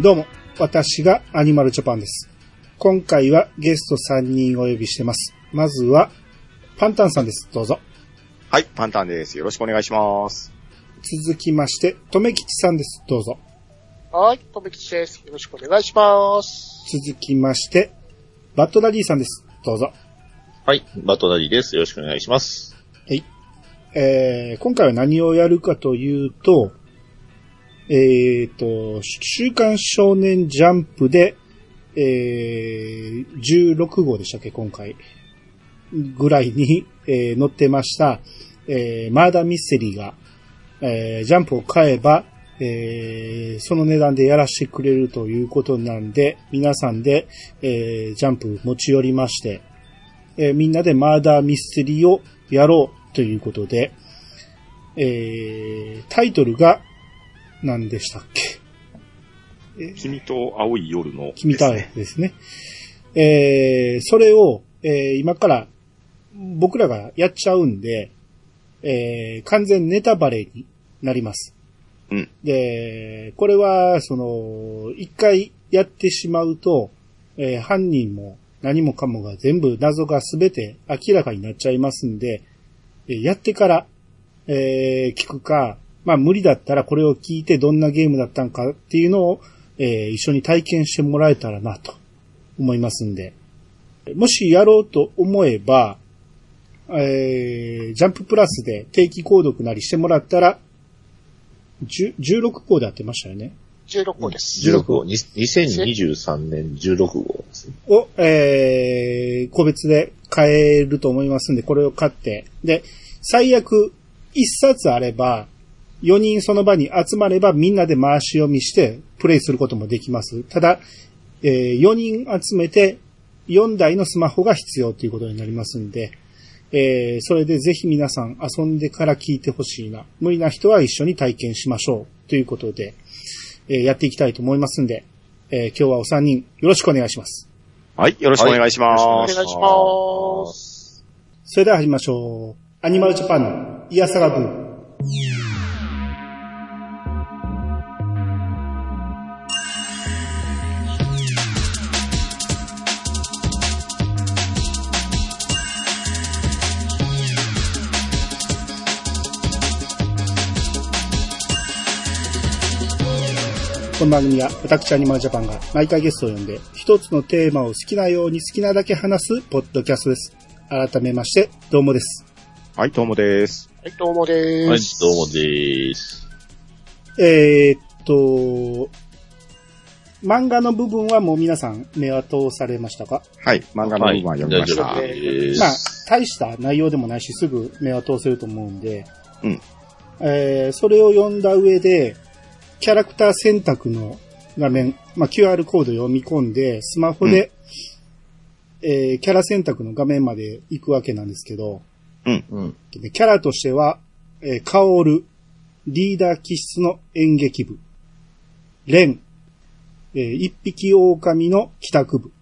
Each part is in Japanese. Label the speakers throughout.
Speaker 1: どうも、私がアニマルチョパンです。今回はゲスト3人お呼びしてます。まずは、パンタンさんです。どうぞ。
Speaker 2: はい、パンタンです。よろしくお願いします。
Speaker 1: 続きまして、とめきちさんです。どうぞ。
Speaker 3: はい、とめきちです。よろしくお願いします。
Speaker 1: 続きまして、バットダディさんです。どうぞ。
Speaker 4: はい、バトダディです。よろしくお願いします。
Speaker 1: はい。えー、今回は何をやるかというと、えーと、週刊少年ジャンプで、えー、16号でしたっけ、今回。ぐらいに、えー載ってました、えー、マーダーミステリーが、えー、ジャンプを買えば、えー、その値段でやらせてくれるということなんで、皆さんで、えー、ジャンプ持ち寄りまして、えーみんなでマーダーミステリーをやろうということで、えー、タイトルが何でしたっけ
Speaker 2: 君と青い夜の、
Speaker 1: 君たいですね。えー、それを、えー今から僕らがやっちゃうんで、えー、完全ネタバレになります。
Speaker 2: うん。
Speaker 1: で、これは、その、一回やってしまうと、えー犯人も何もかもが全部謎が全て明らかになっちゃいますんで、えーやってから、えー聞くか、まあ無理だったらこれを聞いてどんなゲームだったんかっていうのを、えー一緒に体験してもらえたらなと思いますんで。もしやろうと思えば、えージャンププラスで定期購読なりしてもらったら、10 16号で当てましたよね。
Speaker 3: 16号です。
Speaker 4: 16号、に2023年16号ですね。
Speaker 1: を、えー、個別で買えると思いますんで、これを買って。で、最悪、一冊あれば、4人その場に集まればみんなで回し読みしてプレイすることもできます。ただ、え4人集めて4台のスマホが必要ということになりますんで、えーそれでぜひ皆さん遊んでから聞いてほしいな。無理な人は一緒に体験しましょう。ということで、えーやっていきたいと思いますんで、えー今日はお三人よろしくお願いします。
Speaker 2: はい、よろしくお願いし
Speaker 3: お
Speaker 2: ま
Speaker 3: 願い
Speaker 2: す。
Speaker 3: します。
Speaker 1: それでは始めましょう。アニマルジャパンのイヤサガブー。この番組は私アニマルジャパンが毎回ゲストを呼んで一つのテーマを好きなように好きなだけ話すポッドキャストです。改めまして、どうもです。
Speaker 2: はい、どうもです。
Speaker 3: はい、どうもで
Speaker 4: は
Speaker 3: ー
Speaker 4: い
Speaker 3: す。、
Speaker 4: どうもでーす。
Speaker 1: えーっと、漫画の部分はもう皆さん目は通されましたか
Speaker 2: はい、漫画の部分は読みました。
Speaker 4: は、
Speaker 2: はい
Speaker 4: 大丈夫で
Speaker 1: まあ
Speaker 4: す。、
Speaker 1: 大した内容でもないし、すぐ目は通せると思うんで、
Speaker 2: うん
Speaker 1: えーそれを読んだ上で、キャラクター選択の画面、まあ、QR コード読み込んで、スマホで、えーキャラ選択の画面まで行くわけなんですけど、
Speaker 4: うん。
Speaker 1: でキャラとしては、えー、カオル、リーダー気質の演劇部、レン、えー一匹狼の帰宅部、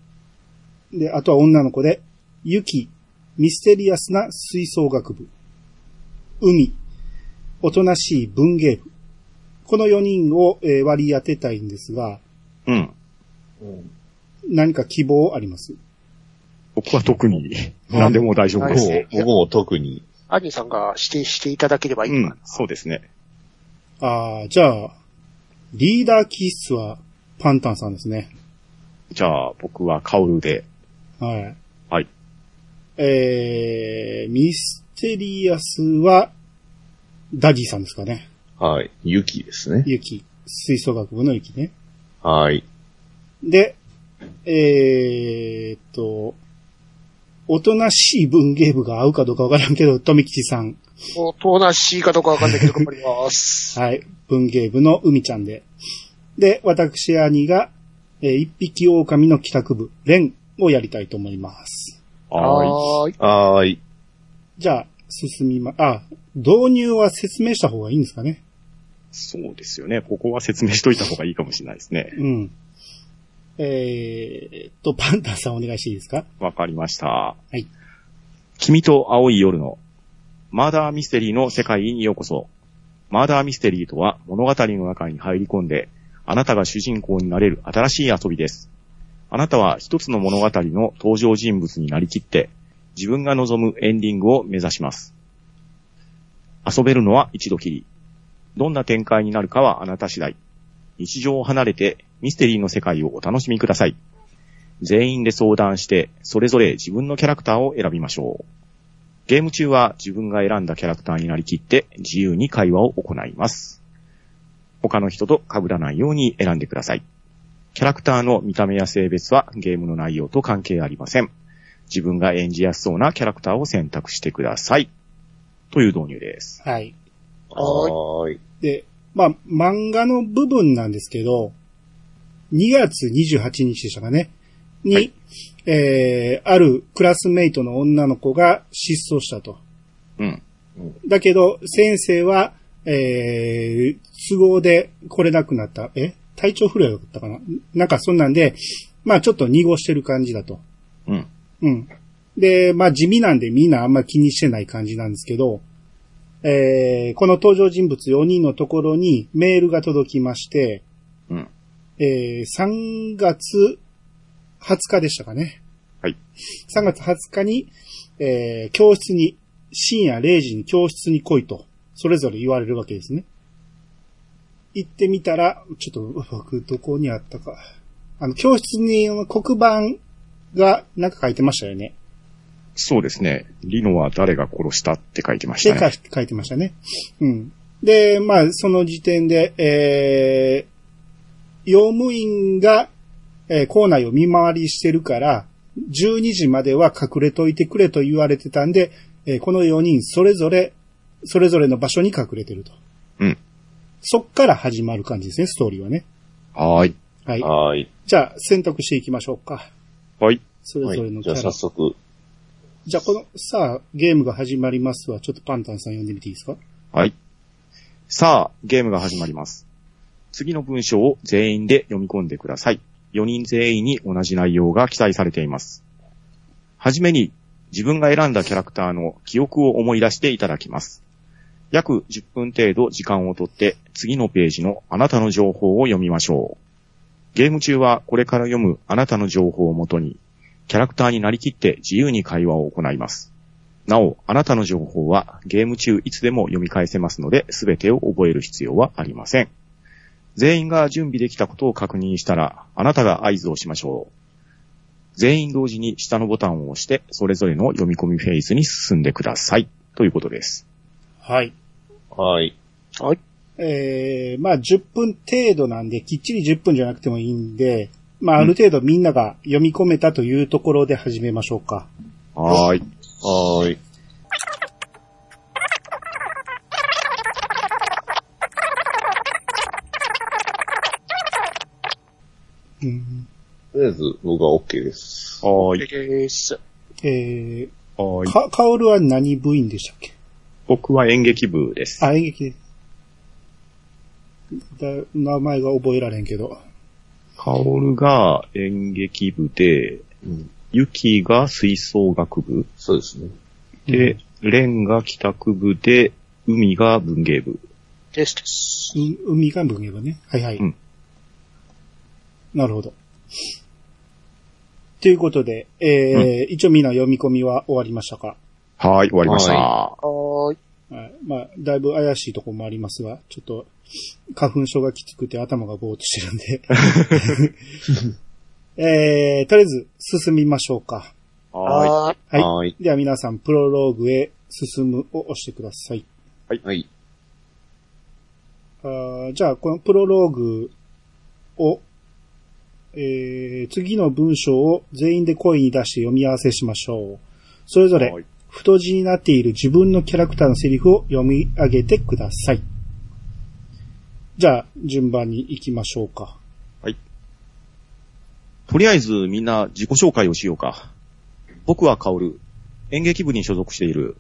Speaker 1: で、あとは女の子で、ユキ、ミステリアスな吹奏楽部、海、おとなしい文芸部。この4人を、えー割り当てたいんですが、
Speaker 2: うん。
Speaker 1: 何か希望あります
Speaker 2: 僕は特に、何でも大丈夫です。
Speaker 3: はい
Speaker 4: 僕も特に、
Speaker 3: アニさんが指定していただければいいうかな。
Speaker 2: ん、そうですね。
Speaker 1: ああ、じゃあ、リーダー気質はパンタンさんですね。
Speaker 2: じゃあ、僕はカオルで。
Speaker 1: はい。
Speaker 2: はい。
Speaker 1: えー、ミステリアスは、ダディさんですかね。
Speaker 4: はい、ユキですね。
Speaker 1: ユキ。吹奏楽部のユキね。
Speaker 4: はい。
Speaker 1: で、えーっと、おとなしい文芸部が合うかどうかわからんけど、富吉さん。
Speaker 3: おとなしいかどうかわかんないけど、頑張ります。
Speaker 1: はい。文芸部の海ちゃんで。で、私兄が、えー一匹狼の帰宅部、レンをやりたいと思います。
Speaker 2: は
Speaker 3: ーい。
Speaker 4: はーい。
Speaker 1: じゃあ、進みま、あ、導入は説明した方がいいんですかね。
Speaker 2: い。そうですよね。ここは説明しといた方がいいかもしれないですね。
Speaker 1: うん。えーっと、パンタンさんお願いしていいですか。
Speaker 2: わかりました。はい君と青い夜の、マーダーミステリーの世界にようこそ。マーダーミステリーとは物語の中に入り込んで、あなたが主人公になれる新しい遊びです。あなたは一つの物語の登場人物になりきって、自分が望むエンディングを目指します。遊べるのは一度きり。どんな展開になるかはあなた次第。日常を離れてミステリーの世界をお楽しみください。全員で相談して、それぞれ自分のキャラクターを選びましょう。ゲーム中は自分が選んだキャラクターになりきって自由に会話を行います。他の人と被らないように選んでください。キャラクターの見た目や性別はゲームの内容と関係ありません。自分が演じやすそうなキャラクターを選択してください。という導入です。
Speaker 1: はい。
Speaker 4: はーい。
Speaker 1: で、まあ、漫画の部分なんですけど、2月28日でしたかね。に、えー、あるクラスメイトの女の子が失踪したと。
Speaker 2: うん。
Speaker 1: だけど、先生は、えー、都合で来れなくなった。え体調不良だったかななんかそんなんで、まあちょっと濁してる感じだと。
Speaker 2: うん。
Speaker 1: うん。で、まあ地味なんでみんなあんま気にしてない感じなんですけど、えー、この登場人物4人のところにメールが届きまして、
Speaker 2: うん。
Speaker 1: えー、3月20日でしたかね。
Speaker 2: はい。
Speaker 1: 3月20日に、えー、教室に、深夜0時に教室に来いと、それぞれ言われるわけですね。行ってみたら、ちょっと、僕、どこにあったか。あの、教室に黒板がなんか書いてましたよね。
Speaker 2: そうですね。リノは誰が殺したって書いてました
Speaker 1: で、か
Speaker 2: ね。
Speaker 1: 書いてましたね。うん。で、まあ、その時点で、えー、用務員が、えー校内を見回りしてるから、12時までは隠れといてくれと言われてたんで、えーこの4人それぞれ、それぞれの場所に隠れてると。
Speaker 2: うん。
Speaker 1: そっから始まる感じですね、ストーリーはね。
Speaker 2: はーい。
Speaker 1: はい。
Speaker 4: はーい。
Speaker 1: じゃあ、選択していきましょうか。
Speaker 2: はい。
Speaker 1: それ
Speaker 4: は
Speaker 1: ぞれの
Speaker 4: い。
Speaker 1: キ
Speaker 4: じ
Speaker 1: ャ
Speaker 4: ゃあ
Speaker 1: ラ。
Speaker 4: 早速。
Speaker 1: じゃあ、この、さあ、ゲームが始まりますは、ちょっとパンタンさん読んでみていいですか
Speaker 2: はい。さあ、ゲームが始まります。次の文章を全員で読み込んでください。4人全員に同じ内容が記載されています。はじめに、自分が選んだキャラクターの記憶を思い出していただきます。約10分程度時間をとって、次のページのあなたの情報を読みましょう。ゲーム中はこれから読むあなたの情報をもとに、キャラクターになりきって自由に会話を行います。なお、あなたの情報はゲーム中いつでも読み返せますので、すべてを覚える必要はありません。全員が準備できたことを確認したら、あなたが合図をしましょう。全員同時に下のボタンを押して、それぞれの読み込みフェーズに進んでください。ということです。
Speaker 1: はい。
Speaker 4: はい。
Speaker 1: えー、まあ10分程度なんで、きっちり10分じゃなくてもいいんで、まあある程度みんなが読み込めたというところで始めましょうか。
Speaker 2: はーい。
Speaker 4: はーい。
Speaker 1: うん
Speaker 4: とりあえず、僕は OK です。
Speaker 2: はーい。
Speaker 3: です。
Speaker 1: え
Speaker 2: は
Speaker 1: ー、
Speaker 2: ーい。
Speaker 1: か、カオルは何部員でしたっけ
Speaker 2: 僕は演劇部です。
Speaker 1: あ、演劇です。だ名前が覚えられんけど。
Speaker 2: カオルが演劇部で、
Speaker 4: うん。
Speaker 2: ユキが吹奏楽部
Speaker 4: そうですね。
Speaker 2: で、レンが帰宅部で、海が文芸部。
Speaker 3: ですです。
Speaker 1: い海が文芸部ね。はいはい。
Speaker 2: うん
Speaker 1: なるほど。ということで、えー一応みんな読み込みは終わりましたか
Speaker 2: はーい、終わりました。
Speaker 3: はーい。
Speaker 1: はい。まあ、だいぶ怪しいとこもありますが、ちょっと、花粉症がきつくて頭がぼーっとしてるんで。えー、とりあえず、進みましょうか。
Speaker 2: は
Speaker 3: はー
Speaker 1: は
Speaker 3: い。
Speaker 1: い
Speaker 4: はーい。
Speaker 1: では皆さん、プロローグへ進むを押してください。
Speaker 4: はい。
Speaker 1: あーじゃあ、このプロローグを、えー、次の文章を全員で声に出して読み合わせしましょう。それぞ
Speaker 2: い。
Speaker 1: れ、太字になっている自分のキャラクターのセリフを読み上げてください。じゃあ、順番に行きましょうか。
Speaker 2: とりあえずみんな自己紹介をしようか。僕はカオル。演劇部に所属している。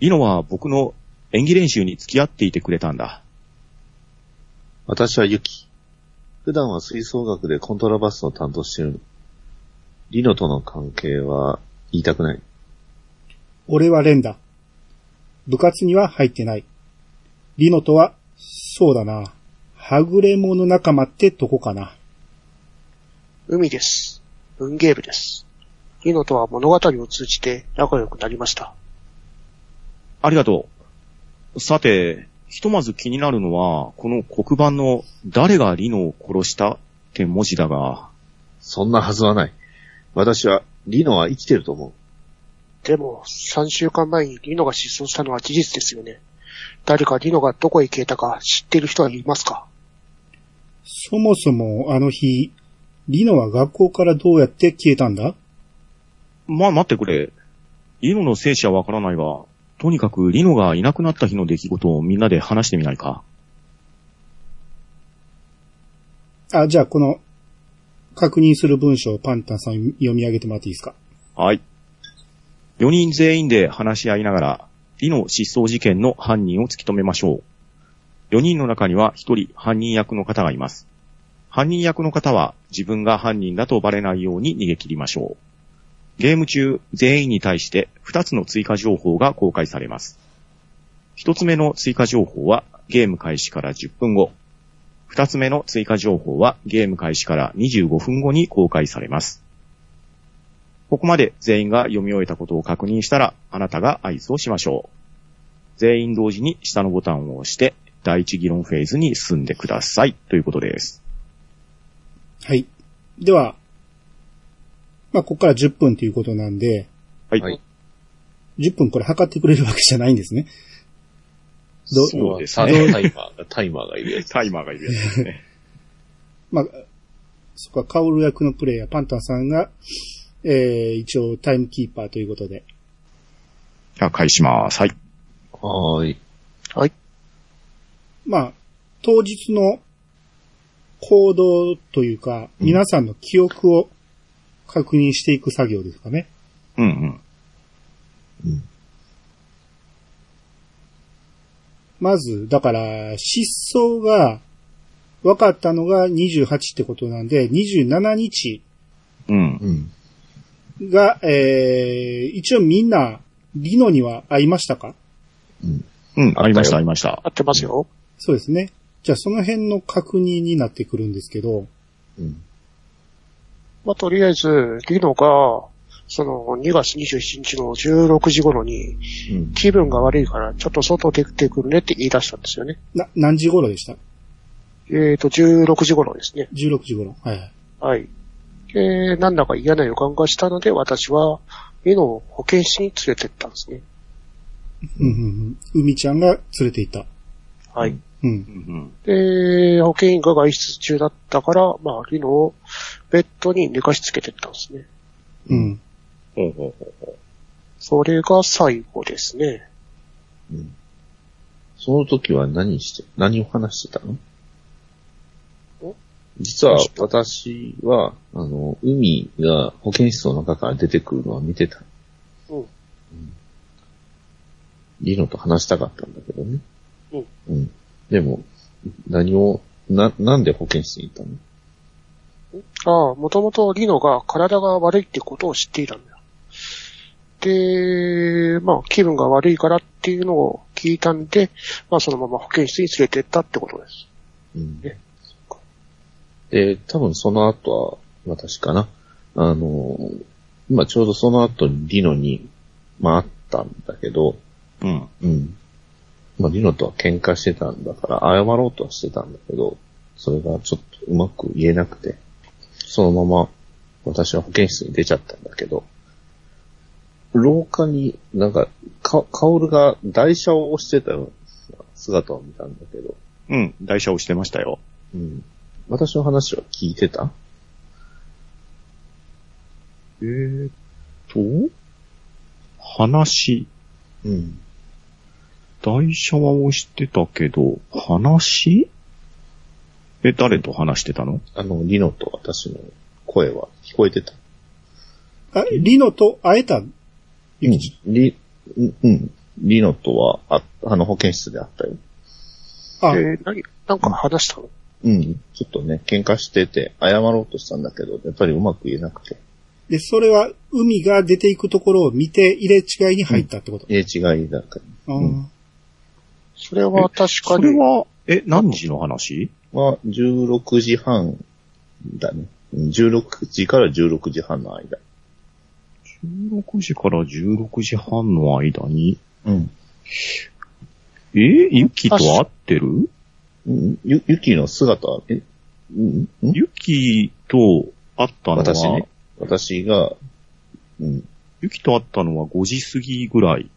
Speaker 2: リノは僕の演技練習に付き合っていてくれたんだ。
Speaker 4: 私はユキ。普段は吹奏楽でコントラバスの担当してる。リノとの関係は言いたくない。
Speaker 1: 俺はレンだ。部活には入ってない。リノとは、そうだな。はぐれ者仲間ってとこかな。
Speaker 3: 海です。文芸部です。リノとは物語を通じて仲良くなりました。
Speaker 2: ありがとう。さて、ひとまず気になるのは、この黒板の誰がリノを殺したって文字だが、
Speaker 4: そんなはずはない。私は、リノは生きてると思う。
Speaker 3: でも、3週間前にリノが失踪したのは事実ですよね。誰かリノがどこへ消えたか知ってる人はいますか
Speaker 1: そもそもあの日、リノは学校からどうやって消えたんだ
Speaker 2: まあ待ってくれ。リノの生死はわからないが、とにかくリノがいなくなった日の出来事をみんなで話してみないか。
Speaker 1: あ、じゃあこの、確認する文章をパンタンさん読み上げてもらっていいですか
Speaker 2: はい。4人全員で話し合いながら、リノ失踪事件の犯人を突き止めましょう。4人の中には1人犯人役の方がいます。犯人役の方は自分が犯人だとバレないように逃げ切りましょう。ゲーム中、全員に対して2つの追加情報が公開されます。1つ目の追加情報はゲーム開始から10分後。2つ目の追加情報はゲーム開始から25分後に公開されます。ここまで全員が読み終えたことを確認したら、あなたが合図をしましょう。全員同時に下のボタンを押して、第一議論フェーズに進んでください。ということです。
Speaker 1: はい。では、まあ、ここから10分ということなんで、
Speaker 2: はい。
Speaker 4: はい
Speaker 1: 10分これ測ってくれるわけじゃないんですね。ど
Speaker 2: そうです
Speaker 4: 作動
Speaker 2: ね。
Speaker 4: タ イマーが、タイマーがいるやつ。
Speaker 2: タイマーがいるやつですね。
Speaker 1: まあ、そこはカオル役のプレイヤー、パンタンさんが、えー、一応タイムキーパーということで。
Speaker 2: じゃあ、返します。はい。
Speaker 4: はーい。
Speaker 1: まあ、当日の行動というか、
Speaker 2: うん
Speaker 1: 皆さんの記憶を確認していく作業ですかね。
Speaker 2: うんうん。
Speaker 1: まず、だから、失踪が分かったのが28ってことなんで、27日
Speaker 2: うん。
Speaker 4: うん。
Speaker 1: が、えー、一応みんな、リノには会いましたか
Speaker 2: うん。
Speaker 4: あったよ
Speaker 2: ありました、ありました
Speaker 3: 合。ってますよ。
Speaker 1: そうですね。じゃあその辺の確認になってくるんですけど、
Speaker 4: うん。
Speaker 3: まあ、とりあえず、リノが、その、2月27日の16時頃に、
Speaker 4: うん。
Speaker 3: 気分が悪いから、ちょっと外出てくるねって言い出したんですよね。
Speaker 1: な、何時頃でした
Speaker 3: えーと、16時頃ですね。
Speaker 1: ?16 時頃。はいはい。
Speaker 3: はい。えー、なんだか嫌な予感がしたので、私は、リノを保健室に連れてったんですね。
Speaker 1: うんうんうん。海ちゃんが連れて行った。
Speaker 3: はい。
Speaker 1: うん
Speaker 2: う。ん
Speaker 3: で、保健員が外出中だったから、まあ、リノをベッドに寝かしつけてったんですね。
Speaker 1: うん。
Speaker 2: うん。ほうほうほうほ
Speaker 3: それが最後ですね。
Speaker 4: うん。その時は何して、何を話してたの
Speaker 3: お
Speaker 4: 実は私は、あの、海が保健室の中から出てくるのは見てた。
Speaker 3: うん
Speaker 4: リノと話したかったんだけどね。
Speaker 3: うん。
Speaker 4: うん。でも、何を、な、なんで保健室に行ったの
Speaker 3: ああ、もともとリノが体が悪いってことを知っていたんだよ。で、まあ、気分が悪いからっていうのを聞いたんで、まあ、そのまま保健室に連れてったってことです。
Speaker 4: うん
Speaker 3: えそっか。
Speaker 4: で、多分その後は、私かな。あの、今ちょうどその後にリノに、まあ、あったんだけど、
Speaker 2: ううん。
Speaker 4: うん。まあ、リノとは喧嘩してたんだから、謝ろうとはしてたんだけど、それがちょっとうまく言えなくて、そのまま私は保健室に出ちゃったんだけど、廊下になんか、か、カオルが台車を押してたような姿を見たんだけど、
Speaker 2: うん。台車をしてましたよ。
Speaker 4: うん。私の話は聞いてたえーっと、
Speaker 2: 話、
Speaker 4: うん。
Speaker 2: 台車は押してたけど、話え、誰と話してたの
Speaker 4: あの、リノと私の声は聞こえてた。
Speaker 1: あ、リノと会えたゆきち
Speaker 4: うん、リ、うんうん、リノとは、あ、あの、保健室であったよ。
Speaker 1: あ、
Speaker 3: で、何、なんか話したの
Speaker 4: うん、ちょっとね、喧嘩してて、謝ろうとしたんだけど、やっぱりうまく言えなくて、
Speaker 1: で、それは海が出ていくところを見て入れ違いに入ったってこと。
Speaker 4: え違いだから。
Speaker 1: あー
Speaker 4: うん
Speaker 3: それは確か
Speaker 2: それ
Speaker 3: に、
Speaker 2: は、え、何時の話
Speaker 4: は、16時半だね。うん16時から16時半の間。
Speaker 2: ?16 時から16時半の間に、
Speaker 4: うん。
Speaker 2: えユキと会ってる
Speaker 4: うんゆ、ゆきの姿、え、うん、ん
Speaker 2: ユキと会ったの
Speaker 4: 私
Speaker 2: は
Speaker 4: ね、。私が、うん、
Speaker 2: ユキと会ったのは5時過ぎぐらい。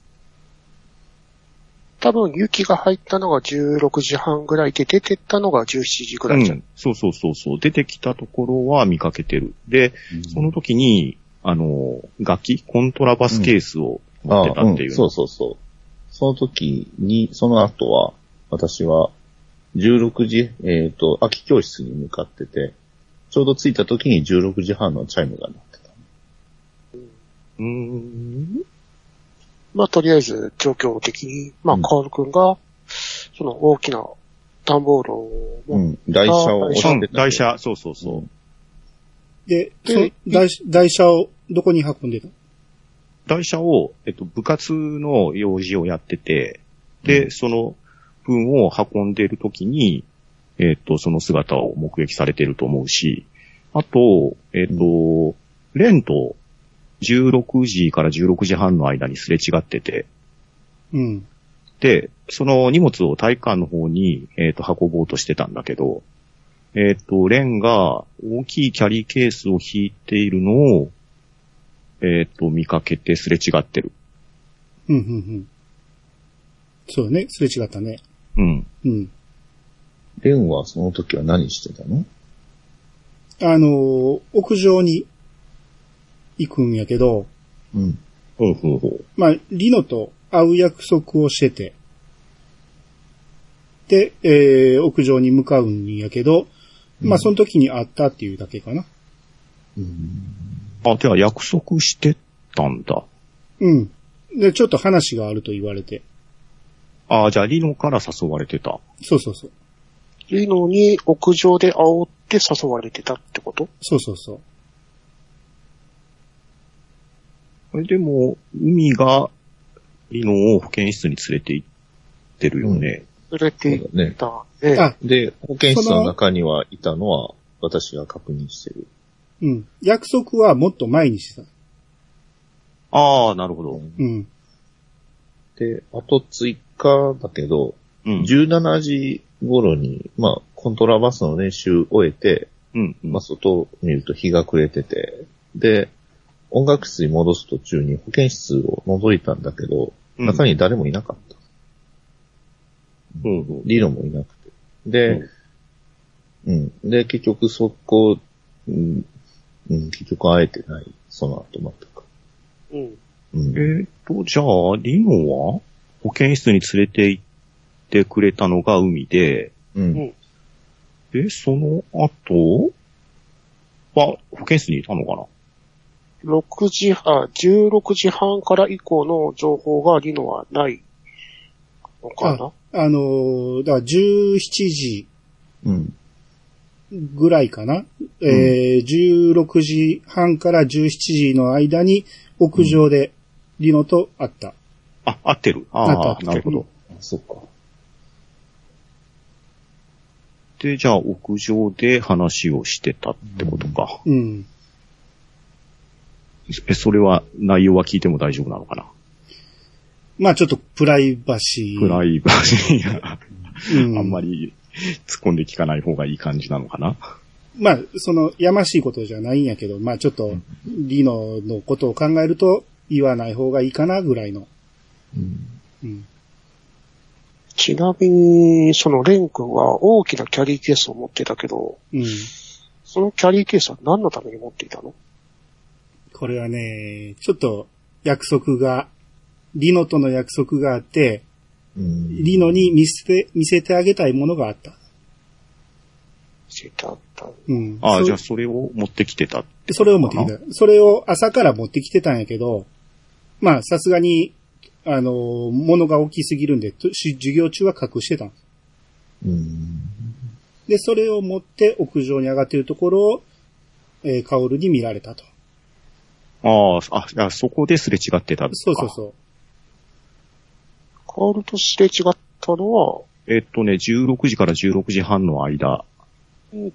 Speaker 3: 多分、雪が入ったのが16時半ぐらいで、出てったのが17時ぐ
Speaker 2: う
Speaker 3: らいじゃん。
Speaker 2: ん。そうそうそうそう。出てきたところは見かけてる。で、その時に、あの、楽器、コントラバスケースを持ってたっていう。
Speaker 4: ああんそうそうそう。その時に、その後は、私は、16時、えっ、と、秋教室に向かってて、ちょうど着いた時に16時半のチャイムが鳴ってた。
Speaker 2: うーん。
Speaker 3: まあ、とりあえず、状況的に、まあ、
Speaker 4: うん
Speaker 3: カール君が、その大きな段ボールを
Speaker 4: う
Speaker 3: 持っ
Speaker 4: ん。台車を押してた
Speaker 2: うんん
Speaker 4: で。
Speaker 2: 台車、そうそうそう。
Speaker 4: うん。
Speaker 1: で、そ
Speaker 3: で
Speaker 1: 台台車をどこに運んでた
Speaker 2: 台車を、えっと、部活の用事をやってて、で、
Speaker 4: うん
Speaker 2: その分を運んでる時に、えっと、その姿を目撃されてると思うし、あと、えっと、レンと16時から16時半の間にすれ違ってて、
Speaker 1: うん。
Speaker 2: で、その荷物を体育館の方に、えっと運ぼうとしてたんだけど、えっと、レンが大きいキャリーケースを引いているのを、えっと、見かけてすれ違ってる。
Speaker 1: うん、うん、うん。そうね、すれ違ったね。
Speaker 2: うん。
Speaker 1: うん。
Speaker 4: レンはその時は何してたの
Speaker 1: あのー屋上に行くんやけど、
Speaker 4: うん。
Speaker 2: ほうほうほう。
Speaker 1: まあ、リノと会う約束をしてて、で、えー屋上に向かうんやけど、まあ、その時に会ったっていうだけかな。
Speaker 2: あ、では約束してたんだ。
Speaker 1: うん。で、ちょっと話があると言われて。
Speaker 2: あじゃあリノから誘われてた。
Speaker 1: そうそうそう。
Speaker 3: ているのに、屋上で煽って誘われてたってこと
Speaker 1: そうそうそう。
Speaker 2: えでも、海がリノを保健室に連れて行ってるよね。
Speaker 3: 連れて行
Speaker 4: そうだね
Speaker 3: っ。たね。
Speaker 1: あ、
Speaker 4: で、保健室の中にはいたのは、私が確認してる。
Speaker 1: うん。約束はもっと前にしてた。
Speaker 2: ああ、なるほど。
Speaker 1: うん。
Speaker 4: で、あと追加だけど、
Speaker 2: うん。
Speaker 4: 17時頃に、まあ、コントラバスの練習を終えて、
Speaker 2: うん。
Speaker 4: まあ、外を見ると日が暮れてて、で、音楽室に戻す途中に保健室を覗いたんだけ
Speaker 2: う
Speaker 4: ど、
Speaker 2: ん
Speaker 4: 中に誰もいなかった。
Speaker 2: うんうん
Speaker 4: 理論もいなくて。で、うん。で、結局そこ、うん、うん、結局会えてない。その後全く。
Speaker 3: うん。
Speaker 4: うん。
Speaker 2: えっと、じゃあ、リノは保健室に連れて行ってくれたのが海で、
Speaker 4: うん。
Speaker 2: え、その後は保健室にいたのかな
Speaker 3: 6時半、16時半から以降の情報がリノはないのかな
Speaker 1: あのーだから17時
Speaker 4: うん。
Speaker 1: ぐらいかな、えー、16時半から17時の間に屋上でリノと会った。
Speaker 2: あ、合ってる。
Speaker 1: 合っ
Speaker 2: ああ、
Speaker 1: てる
Speaker 2: なるほど。
Speaker 4: あそっか。
Speaker 2: で、じゃあ屋上で話をしてたってことか。
Speaker 1: うん。
Speaker 2: え、それは内容は聞いても大丈夫なのかな
Speaker 1: まあちょっとプライバシー。
Speaker 2: プライバシーが
Speaker 1: うん、
Speaker 2: あんま
Speaker 1: り。
Speaker 2: り突っ込んで聞かない方がいい感じなのかな
Speaker 1: まあ、その、やましいことじゃないんやけど、まあちょっと、リノのことを考えると、言わない方がいいかな、ぐらいの。うん。
Speaker 3: ちなみに、そのレン君は大きなキャリーケースを持ってたけど、
Speaker 1: うん。
Speaker 3: そのキャリーケースは何のために持っていたの
Speaker 1: これはね、ちょっと、約束が、リノとの約束があって、
Speaker 4: うん。
Speaker 1: リノに見せて、見せてあげたいものがあった。
Speaker 3: 教えてあった。
Speaker 1: うん。
Speaker 2: ああ、
Speaker 1: そ
Speaker 2: じゃあそれを持ってきてた。
Speaker 1: それを持ってきた。それを朝から持ってきてたんやけど、まあ、さすがに、あの、物が大きすぎるんで、とし授業中は隠してたん
Speaker 4: うん。
Speaker 1: で、それを持って屋上に上がっているところを、えーカオルに見られたと。
Speaker 2: ああ、ああ、そこですれ違ってたのか。
Speaker 1: そうそうそ
Speaker 3: カールとすれ違ったのは、
Speaker 2: う。えっとね、16時から16時半の間、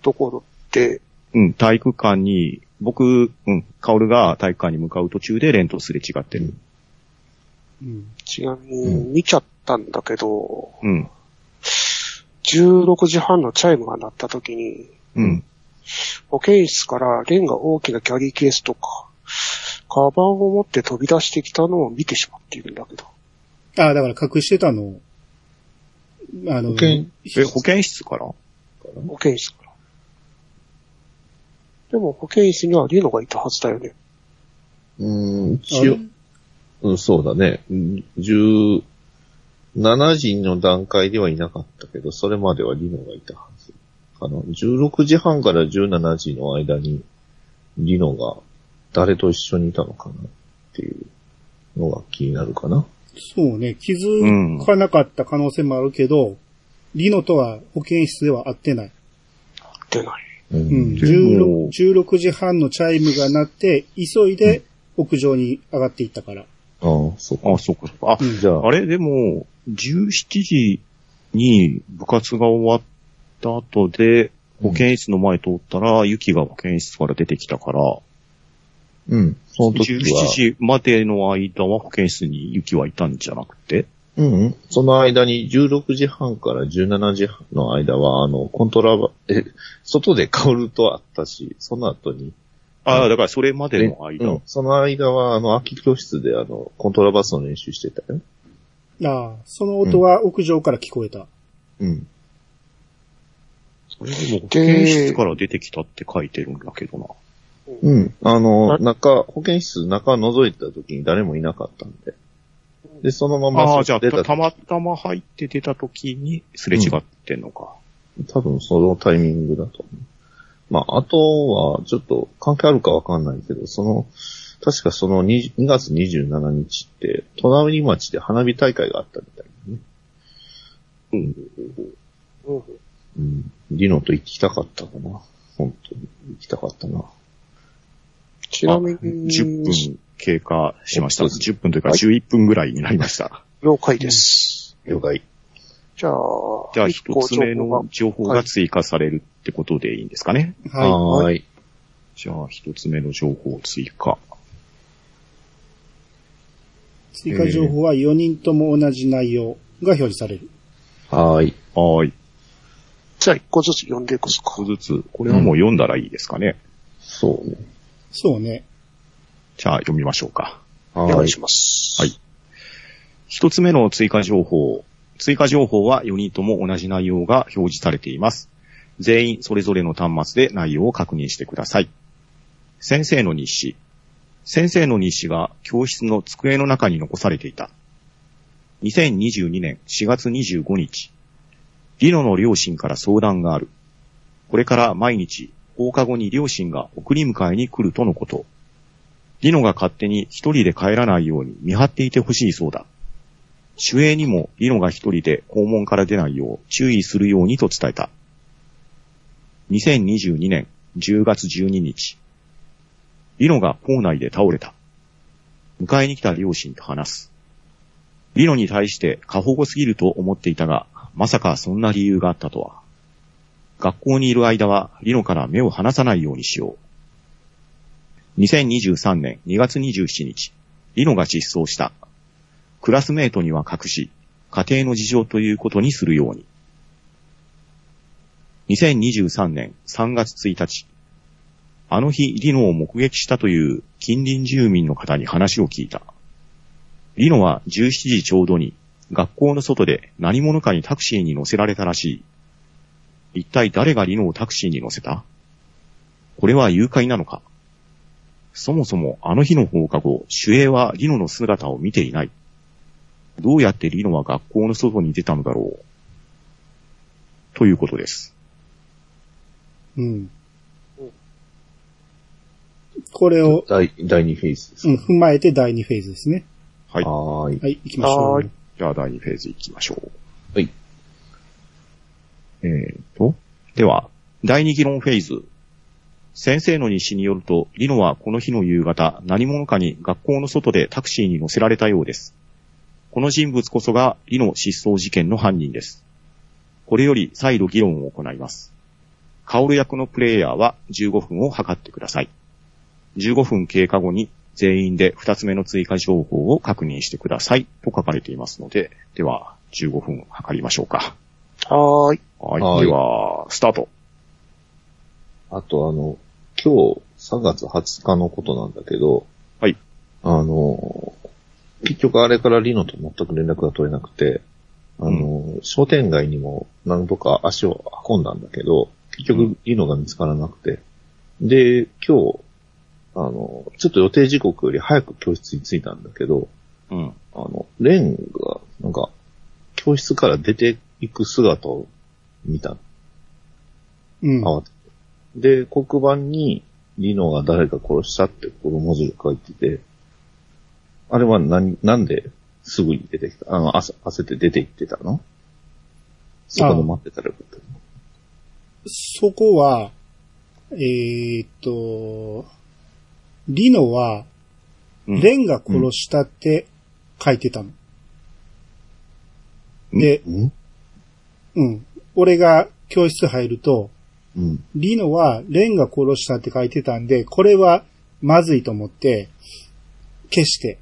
Speaker 3: ところって、
Speaker 2: うん、体育館に、僕、うん、カオルが体育館に向かう途中でレンとすれ違ってる。
Speaker 1: うん。
Speaker 3: ちなみ
Speaker 4: う
Speaker 3: に見ちゃったんだけど、
Speaker 2: うん、
Speaker 3: 16時半のチャイムが鳴った時に、
Speaker 2: うん、
Speaker 3: 保健室からレンが大きなキャリーケースとか、カバンを持って飛び出してきたのを見てしまっているんだけど。
Speaker 1: ああ、だから隠してたのをあの、
Speaker 4: 保健
Speaker 2: え、保健室から
Speaker 3: 保健室から。でも保健室にはリノがいたはずだよね。
Speaker 4: うん、一応、うん、そうだね。うん17時の段階ではいなかったけど、それまではリノがいたはず。あの、16時半から17時の間に、リノが誰と一緒にいたのかなっていうのが気になるかな。
Speaker 1: そうね、気づかなかった可能性もあるけど、リノとは保健室では会ってない。
Speaker 3: 出ない。
Speaker 4: う
Speaker 1: うん、
Speaker 4: ん。
Speaker 1: 16, 16時半のチャイムが鳴って、急いで屋上に上がっていったから。
Speaker 4: ああ、そうか。
Speaker 2: あ、そうか、そうか。あ、
Speaker 1: うん
Speaker 4: じゃあ、
Speaker 2: あれでも、17時に部活が終わった後で、保健室の前通ったら、ユキが保健室から出てきたから、
Speaker 4: うん。その時
Speaker 2: 17
Speaker 4: は、
Speaker 2: 時までの間は保健室にユキはいたんじゃなくて
Speaker 4: うんうん。その間に16時半から17時半の間は、あの、コントラバ、え、外でカオルと会ったし、その後に、
Speaker 2: ああ、だからそれまでの
Speaker 4: う
Speaker 2: 間
Speaker 4: ん。その間は、あの、空き教室で、あの、コントラバスの練習してたよ。
Speaker 1: ああ、その音は屋上から聞こえた。
Speaker 4: うん。
Speaker 2: それでも保健室から出てきたって書いてるんだけどな。
Speaker 4: うん。あ
Speaker 3: あ
Speaker 4: の、中、保健室中覗いた時に誰もいなかったんで。で、そのまま
Speaker 2: ああ、じゃ
Speaker 4: 外
Speaker 2: あ、た
Speaker 4: 出た。
Speaker 2: たまたま入って出た時にすれ違ってんのか。
Speaker 4: 多分そのタイミングだと思う。まあ、あとは、ちょっと関係あるかわかんないけど、その、確かその 2, 2月27日って、隣町で花火大会があったみたいなね。
Speaker 3: うん。
Speaker 4: うん。リノと行きたかったかな。本当に。行きたかったな。
Speaker 3: ちなみに、
Speaker 2: 10分経過しました。
Speaker 4: そうです
Speaker 2: 10分というか11分ぐらいになりました。
Speaker 3: 了解です。
Speaker 4: 了解。
Speaker 3: じゃあ、
Speaker 2: じゃあ
Speaker 3: 一
Speaker 2: 一
Speaker 3: 個
Speaker 2: つ目
Speaker 3: 情報
Speaker 2: の
Speaker 3: が
Speaker 2: 情報が追加されるってことでいいんですかね。
Speaker 1: は
Speaker 4: はーい。
Speaker 2: じゃあ一つ目の情報追加。
Speaker 1: い。追加情報は4人とも同じ内容が表示される。
Speaker 4: はーい。
Speaker 2: はーい。
Speaker 3: じゃあ一個ずつ読んでいくつか
Speaker 2: 一。つずつ、これはもう読んだらいいですかね。
Speaker 4: そうね。
Speaker 1: そうね。
Speaker 2: じゃあ読みましょうか。
Speaker 3: お
Speaker 4: は
Speaker 3: 願
Speaker 4: ー
Speaker 3: い
Speaker 4: い
Speaker 3: し。ます。
Speaker 2: はい一つ目の追加情報。追加情報は4人とも同じ内容が表示されています。全員それぞれの端末で内容を確認してください。先生の日誌。先生の日誌が教室の机の中に残されていた。2022年4月25日。リノの両親から相談がある。これから毎日放課後に両親が送り迎えに来るとのこと。リノが勝手に一人で帰らないように見張っていてほしいそうだ。守衛にもリノが一人で校門から出ないよう注意するようにと伝えた。2022年10月12日。リノが校内で倒れた。迎えに来た両親と話す。リノに対して過保護すぎると思っていたが、まさかそんな理由があったとは。学校にいる間はリノから目を離さないようにしよう。2023年2月27日、リノが失踪した。クラスメートには隠し、家庭の事情ということにするように。2023年3月1日、あの日リノを目撃したという近隣住民の方に話を聞いた。リノは17時ちょうどに学校の外で何者かにタクシーに乗せられたらしい。一体誰がリノをタクシーに乗せたこれは誘拐なのかそもそもあの日の放課後、守衛はリノの姿を見ていない。どうやってリノは学校の外に出たのだろう。ということです。
Speaker 1: うん。これを、
Speaker 4: 第、第2フェーズです
Speaker 1: うん、踏まえて第2フェーズですね。
Speaker 2: はい。
Speaker 4: か。はーい。
Speaker 1: はい、行きましょ
Speaker 3: は
Speaker 1: う
Speaker 3: ーい。
Speaker 2: じゃあ第2フェーズ行きましょう。
Speaker 4: はい。
Speaker 2: えーと、では、第2議論フェーズ。先生の日誌によると、リノはこの日の夕方、何者かに学校の外でタクシーに乗せられたようです。この人物こそがリノ失踪事件の犯人です。これより再度議論を行います。カオル役のプレイヤーは15分を測ってください。15分経過後に全員で2つ目の追加情報を確認してくださいと書かれていますので、では15分測りましょうか。
Speaker 3: はーい。
Speaker 2: はい。
Speaker 4: はい
Speaker 2: では、スタート。
Speaker 4: あとあの、今日3月20日のことなんだけど、
Speaker 2: はい。
Speaker 4: あの、結局あれからリノと全く連絡が取れなくて、あの、商店街にも何度か足を運んだんだけど、結
Speaker 2: う
Speaker 4: 局リノが見つからなくて、で、今日、あの、ちょっと予定時刻より早く教室に着いたんだけど、
Speaker 2: うん。
Speaker 4: あの、レンが、なんか、教室から出ていく姿を見た
Speaker 1: うん。
Speaker 4: 慌てて。で、黒板に、リノが誰か殺したって、この文字が書いてて、あれは何、なんですぐに出てきたあの、焦焦って出て行ってたのそこで待ってたらよかった。
Speaker 1: そこは、えーっと、リノは、
Speaker 2: うん
Speaker 1: レンが殺したって書いてたの。
Speaker 2: うん
Speaker 1: で、
Speaker 4: うん
Speaker 1: うん。俺が教室入ると、
Speaker 4: うん。
Speaker 1: リノはレンが殺したって書いてたんで、これはまずいと思って、消して、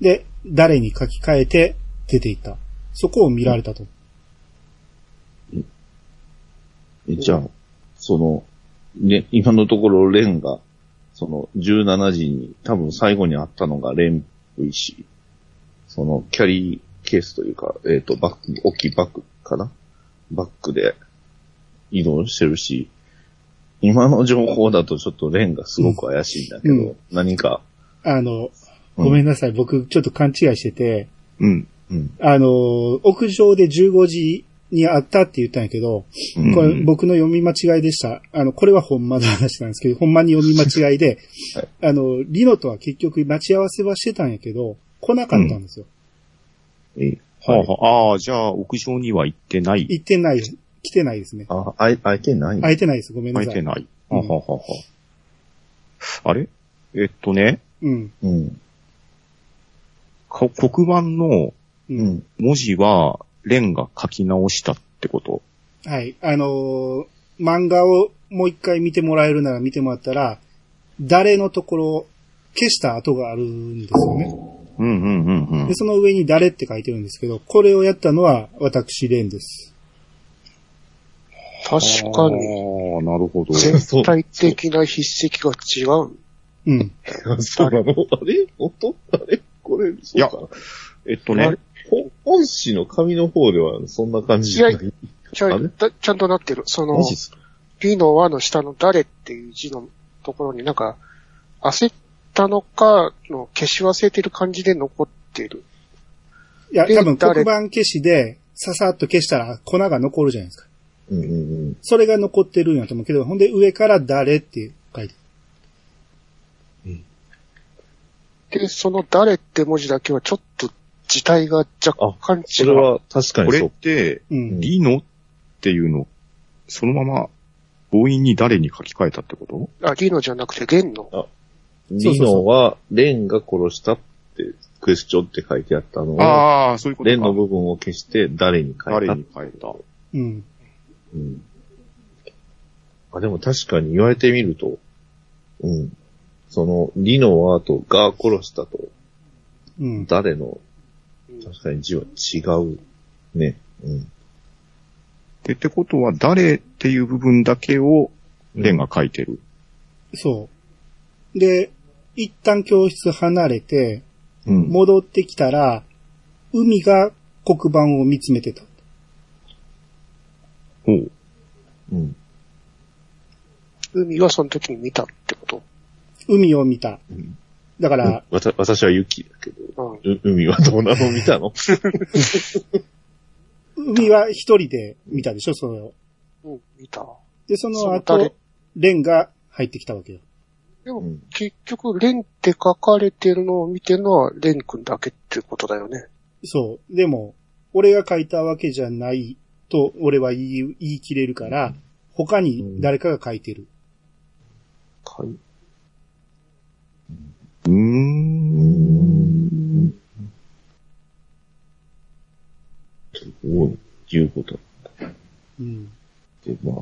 Speaker 1: で、誰に書き換えて出ていった。そこを見られたと。
Speaker 4: えじゃあ、その、ね、今のところレンが、その、17時に、多分最後に会ったのがレンっぽいし、その、キャリーケースというか、えっ、と、バック、大きいバッグかなバッグで移動してるし、今の情報だとちょっとレンがすごく怪しいんだけど、
Speaker 1: うん
Speaker 4: 何か、
Speaker 1: あの、ごめんなさい。僕ちょっと勘違いしてて、
Speaker 2: うん。
Speaker 4: うん、
Speaker 1: あの、屋上で15時にあったって言ったんやけど、
Speaker 4: うん
Speaker 1: これ僕の読み間違いでした。あの、これはほんまの話なんですけど、ほんまに読み間違いで、
Speaker 4: はい
Speaker 1: あの、リノとは結局待ち合わせはしてたんやけど、来なかったんですよ。
Speaker 4: え
Speaker 2: はあ、はあ、あーじゃあ、屋上には行ってない。
Speaker 1: 行ってない、来てないですね。
Speaker 4: あ、あい、開いてない
Speaker 1: 会えてないです。ごめんな
Speaker 2: 空い
Speaker 1: さ
Speaker 2: て
Speaker 1: い。
Speaker 2: ない。
Speaker 1: うん
Speaker 2: はあ、はあ、はあはあ。あれえっとね、
Speaker 1: うん。
Speaker 4: うん。
Speaker 2: こ黒板の
Speaker 1: う。
Speaker 4: うんん。
Speaker 2: 文字は、レンが書き直したってこと
Speaker 1: はい。あのー漫画をもう一回見てもらえるなら見てもらったら、誰のところ、消した跡があるんですよね。
Speaker 2: うんうんうんうん
Speaker 1: で、。その上に誰って書いてるんですけど、これをやったのは私、レンです。
Speaker 3: 確かに、
Speaker 2: ああ、なるほど。
Speaker 3: 全体的な筆跡が違う。
Speaker 1: うん。
Speaker 4: そうなのあれ音あれこれ、
Speaker 2: い
Speaker 4: そうか
Speaker 2: やえっとね、
Speaker 4: ほ本誌の紙の方ではそんな感じじゃない。
Speaker 3: ちゃ
Speaker 4: あ
Speaker 3: い
Speaker 4: れ
Speaker 3: だちゃんとなってる。その
Speaker 4: マ、ジっすか
Speaker 3: リの輪の下の誰っていう字のところになんか、焦ったのか、の消し忘れてる感じで残ってる。
Speaker 1: いや、
Speaker 3: で
Speaker 1: 多分黒
Speaker 3: 誰
Speaker 1: 板消しで、ささっと消したら粉が残るじゃないですか。
Speaker 4: うんうんうん。
Speaker 1: それが残ってるんやと思うけど、ほんで上から誰って書いて
Speaker 3: で、その誰って文字だけはちょっと字体が若干違
Speaker 4: それ
Speaker 3: う。
Speaker 4: は確か
Speaker 2: こ
Speaker 4: に
Speaker 2: れ
Speaker 4: そ
Speaker 2: っ
Speaker 4: う。
Speaker 2: て、
Speaker 1: る。うん。
Speaker 2: リノっていうの、そのまま、強引に誰に書き換えたってこと
Speaker 3: あ、リのじゃなくてレンの。
Speaker 1: そう
Speaker 4: リ
Speaker 1: そうそう
Speaker 4: ノは、レンが殺したって、クエスチョンって書いてあったのを、
Speaker 2: ああ、そういうこと
Speaker 4: レンの
Speaker 2: か。
Speaker 4: 部分を消して誰に書い
Speaker 2: 誰
Speaker 4: た。
Speaker 2: に変えた。
Speaker 1: うん。
Speaker 4: うん。あ、でも確かに言われてみると、うん。その、リノはと、が殺したと、
Speaker 1: うん。
Speaker 4: 誰の、
Speaker 3: うん
Speaker 4: 確かに字は違う。ね。うん。
Speaker 2: でってことは、誰っていう部分だけを、レンが書いてる。
Speaker 1: そう。で、一旦教室離れて、
Speaker 2: うん。
Speaker 1: 戻ってきたら、海が黒板を見つめてた。
Speaker 2: ほう。
Speaker 4: うん。
Speaker 3: 海はその時に見たってこ
Speaker 1: 海を見た
Speaker 4: うん。
Speaker 1: だか
Speaker 4: うん
Speaker 1: ら、
Speaker 4: わた私はユキだけど、
Speaker 3: と。うん。
Speaker 4: う海はどうなの見たの
Speaker 1: 海は一人で見たでしょ、それを。
Speaker 3: うん、見た。
Speaker 1: で、そ
Speaker 3: そ
Speaker 1: の
Speaker 3: の
Speaker 1: 後
Speaker 3: 誰、
Speaker 1: レンが入ってきたわけよ。
Speaker 3: で
Speaker 4: う
Speaker 3: も、
Speaker 4: ん
Speaker 3: 結局、レンって書かれてるのを見てるのはレン君だけってことだよね。
Speaker 1: そう。でも、俺が書いたわけじゃないと、俺は言い言い切れるから、他に誰かが書いてる。
Speaker 4: かい
Speaker 2: ー
Speaker 4: う
Speaker 2: ん。
Speaker 4: おういうこと。
Speaker 1: うん。
Speaker 4: で、まあ、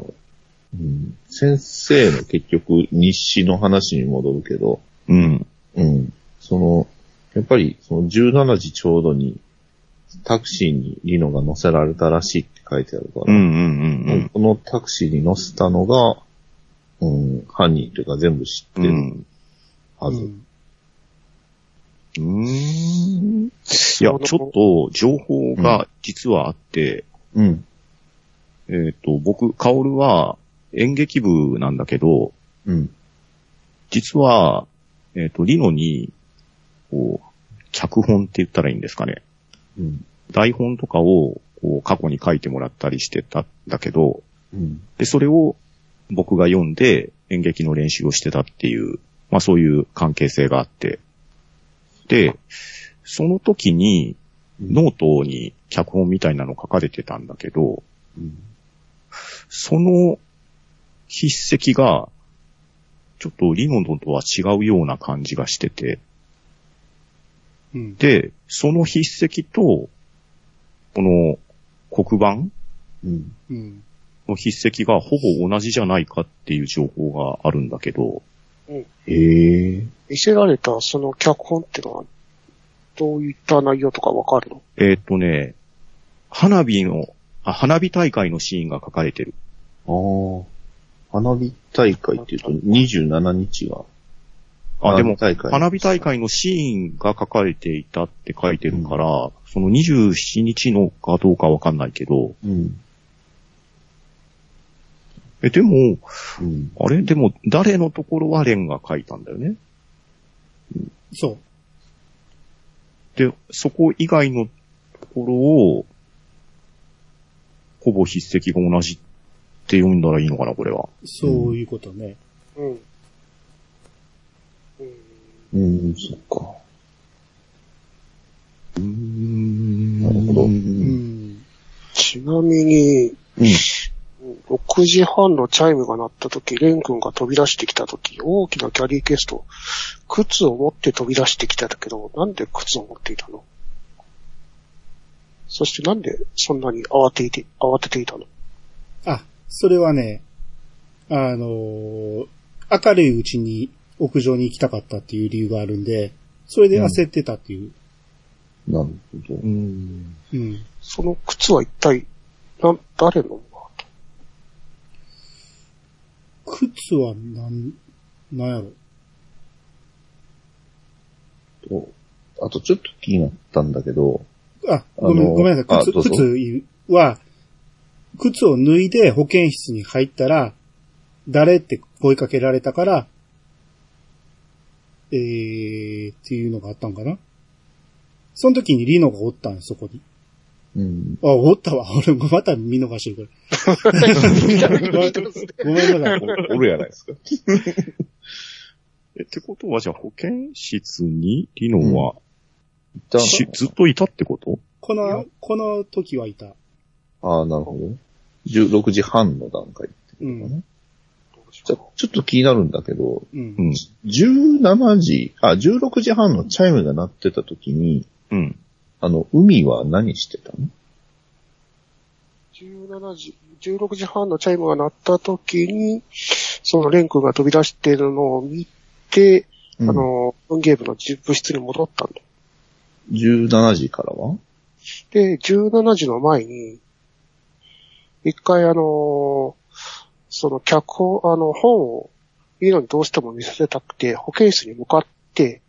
Speaker 4: うん、先生の結局、日誌の話に戻るけど、
Speaker 2: うん。
Speaker 4: うん、その、やっぱり、その17時ちょうどに、タクシーにリノが乗せられたらしいって書いてあるか
Speaker 2: うんう
Speaker 4: ら、
Speaker 2: んうん
Speaker 4: このタクシーに乗せたのが、うん、犯人というか全部知って
Speaker 2: うん。う
Speaker 4: る
Speaker 2: ん。
Speaker 4: はず。
Speaker 1: うん
Speaker 2: うーん。いや、
Speaker 3: その
Speaker 2: ちょっと、情報が実はあって、
Speaker 4: うん。
Speaker 2: えっ、と、僕、カオルは演劇部なんだけど、
Speaker 4: うん。
Speaker 2: 実は、えっ、と、リノに、こう、脚本って言ったらいいんですかね。
Speaker 4: うん。
Speaker 2: 台本とかを、こう、過去に書いてもらったりしてたんだけど、
Speaker 4: うん。
Speaker 2: で、それを僕が読んで演劇の練習をしてたっていう、まあそういう関係性があって。で、その時にノートに脚本みたいなの書かれてたんだけど、
Speaker 4: うん
Speaker 2: その筆跡が、ちょっとリモンとは違うような感じがしてて、
Speaker 1: うん。
Speaker 2: で、その筆跡と、この黒板
Speaker 4: うん。
Speaker 1: うん。
Speaker 2: の筆跡がほぼ同じじゃないかっていう情報があるんだけど、
Speaker 4: へえ。
Speaker 3: 見せられたその脚本ってのは、どういった内容とかわかるの
Speaker 2: えーっとね、花火の、あ、花火大会のシーンが書かれてる。
Speaker 4: ああ。花火大会っていうと27日が。
Speaker 2: あ、でも、
Speaker 4: 大会
Speaker 2: 花火大会のシーンが書かれていたって書いてるから、その27日のかどうかわかんないけど、
Speaker 4: うん。
Speaker 2: え、でも、
Speaker 4: うん。
Speaker 2: あれでも、誰のところはレンが書いたんだよね。
Speaker 1: そ
Speaker 2: で、そこ以外のところを、ほぼ筆跡が同じって読んだらいいのかな、これは。
Speaker 1: う。そういうことね。
Speaker 3: うん。うん。
Speaker 4: うん、そっか。
Speaker 2: うーん
Speaker 4: なるほど
Speaker 1: うん。
Speaker 3: ちなみに、6時半のチャイムが鳴った時、レン君が飛び出してきた時、大きなキャリーケースと、靴を持って飛び出してきたんだけど、なんで靴を持っていたのそしてなんでそんなに慌ていて、慌てていたの
Speaker 1: あ、それはね、あのー明るいうちに屋上に行きたかったっていう理由があるんで、それで焦ってたっていう。
Speaker 4: なるほど。
Speaker 2: うん
Speaker 1: うん。
Speaker 3: その靴は一体、なん、誰 のもの
Speaker 1: 靴はなん、なんやろ。
Speaker 4: と、あとちょっと気になったんだけど、
Speaker 1: あ、ごめ
Speaker 4: あ
Speaker 1: ん、
Speaker 4: の
Speaker 1: ごめんなさい。
Speaker 4: あどう
Speaker 1: 靴、
Speaker 4: ぞ
Speaker 1: 靴は、靴を脱いで保健室に入ったら、誰って声かけられたから、えー、っていうのがあったんかな。その時にリノがおったんよそこに。
Speaker 4: うん。
Speaker 1: あ、おったわ。 俺、また見逃してるから。ごめん なさい。
Speaker 4: おるやないですか。
Speaker 2: え、ってことは、じゃあ保健室にリノは、
Speaker 4: だ
Speaker 2: しずっといたってこと
Speaker 1: この、この時はいた。
Speaker 4: ああ、なるほど。16時半の段階って
Speaker 1: う
Speaker 4: いうのか
Speaker 1: ん。
Speaker 4: な。じゃあちょっと気になるんだけど、
Speaker 1: うん
Speaker 2: う。ん。
Speaker 4: 17時、あ、16時半のチャイムが鳴ってた時に、
Speaker 2: うん。
Speaker 4: あの、海は何してたの
Speaker 3: 17時、16時半のチャイムが鳴った時に、そのレン君が飛び出してるのを見て、あ、の、文芸部のじ部室に戻ったんだ。
Speaker 4: 17時からは
Speaker 3: で、17時の前に、一回あの、その脚本、あの、本を、いいのにどうしても見させたくて、保健室に向かって、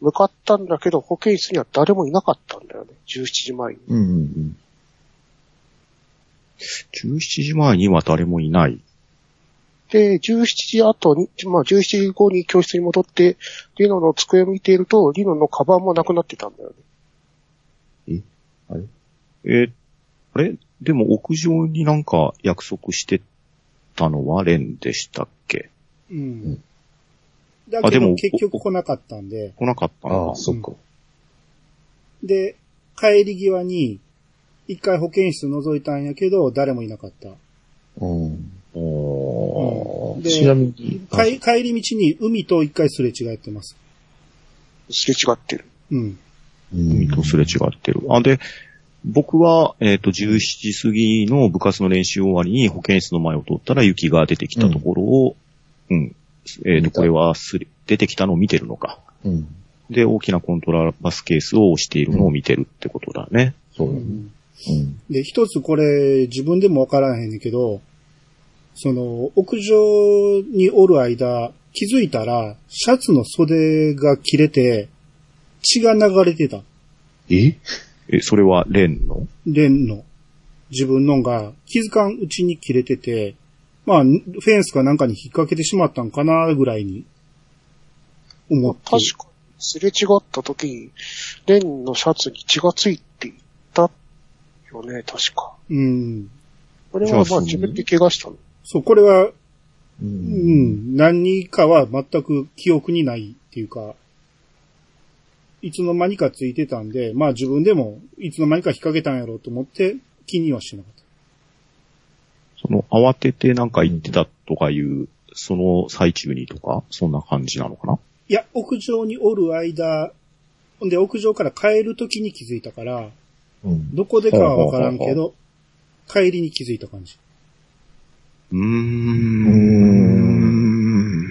Speaker 3: 向かったんだけど、保健室には誰もいなかったんだよね。17時前に。
Speaker 4: うんうん
Speaker 2: 17時前には誰もいない。
Speaker 3: で、17時後に、まあ17時後に教室に戻って、リノの机を見ていると、リノのカバンもなくなってたんだよね。
Speaker 2: え、あれでも屋上になんか約束してたのはレンでしたっけ
Speaker 1: うん
Speaker 4: ん。
Speaker 1: だ
Speaker 2: あ
Speaker 1: け
Speaker 2: で
Speaker 1: ど
Speaker 2: も
Speaker 1: 結局来なかったんで、
Speaker 2: 来なかった
Speaker 4: うん。
Speaker 2: の
Speaker 4: ああ、そっか。
Speaker 1: で、帰り際に、一回保健室覗いたんやけど、誰もいなかった。
Speaker 4: うん。
Speaker 1: ーうんで
Speaker 4: ちなみに、あ
Speaker 1: 帰帰り道に海と一回すれ違ってます。
Speaker 3: すれ違ってる。
Speaker 1: うん。
Speaker 4: うん
Speaker 2: 海とすれ違ってる。あ、で、僕は、えっ、と、17時過ぎの部活の練習終わりに保健室の前を通ったら雪が出てきたところを、うん、えっ、と、
Speaker 4: 見た
Speaker 2: これはすり出てきたのを見てるのか。
Speaker 4: うん。
Speaker 2: で、大きなコントラバスケースを押しているのを見てるってことだね。
Speaker 4: そう
Speaker 1: う
Speaker 4: だね。
Speaker 1: ん
Speaker 4: うん。
Speaker 1: で、一つこれ、自分でもわからへんねんけど、その、屋上におる間、気づいたら、シャツの袖が切れて、血が流れてた。
Speaker 4: え
Speaker 2: え、それはレンの
Speaker 1: レンの、自分のんが気づかんうちに切れてて、まあ、フェンスかなんかに引っ掛けてしまったんかな、ぐらいに、思って。
Speaker 3: 確かに、すれ違った時に、レンのシャツに血がついていったよね、確か。
Speaker 1: うん。
Speaker 3: これは
Speaker 2: そうそ
Speaker 3: まあ
Speaker 2: う
Speaker 3: 自分で怪我したの。
Speaker 1: そう、これは、
Speaker 4: う。
Speaker 1: うんん、何かは全く記憶にないっていうか、いつの間にかついてたんで、まあ自分でもいつの間にか引っ掛けたんやろうと思って気にはしなかっ
Speaker 2: その、慌ててなんか言ってたとかいう、その最中にとか、そんな感じなのかな
Speaker 1: た。いや、屋上におる間、ほんで屋上から帰る時に気づいたから、
Speaker 4: うん。
Speaker 1: どこでかはわからんけ
Speaker 4: ほ
Speaker 1: ど、帰りに気づいた感じ。
Speaker 2: うー
Speaker 4: ん
Speaker 2: ん。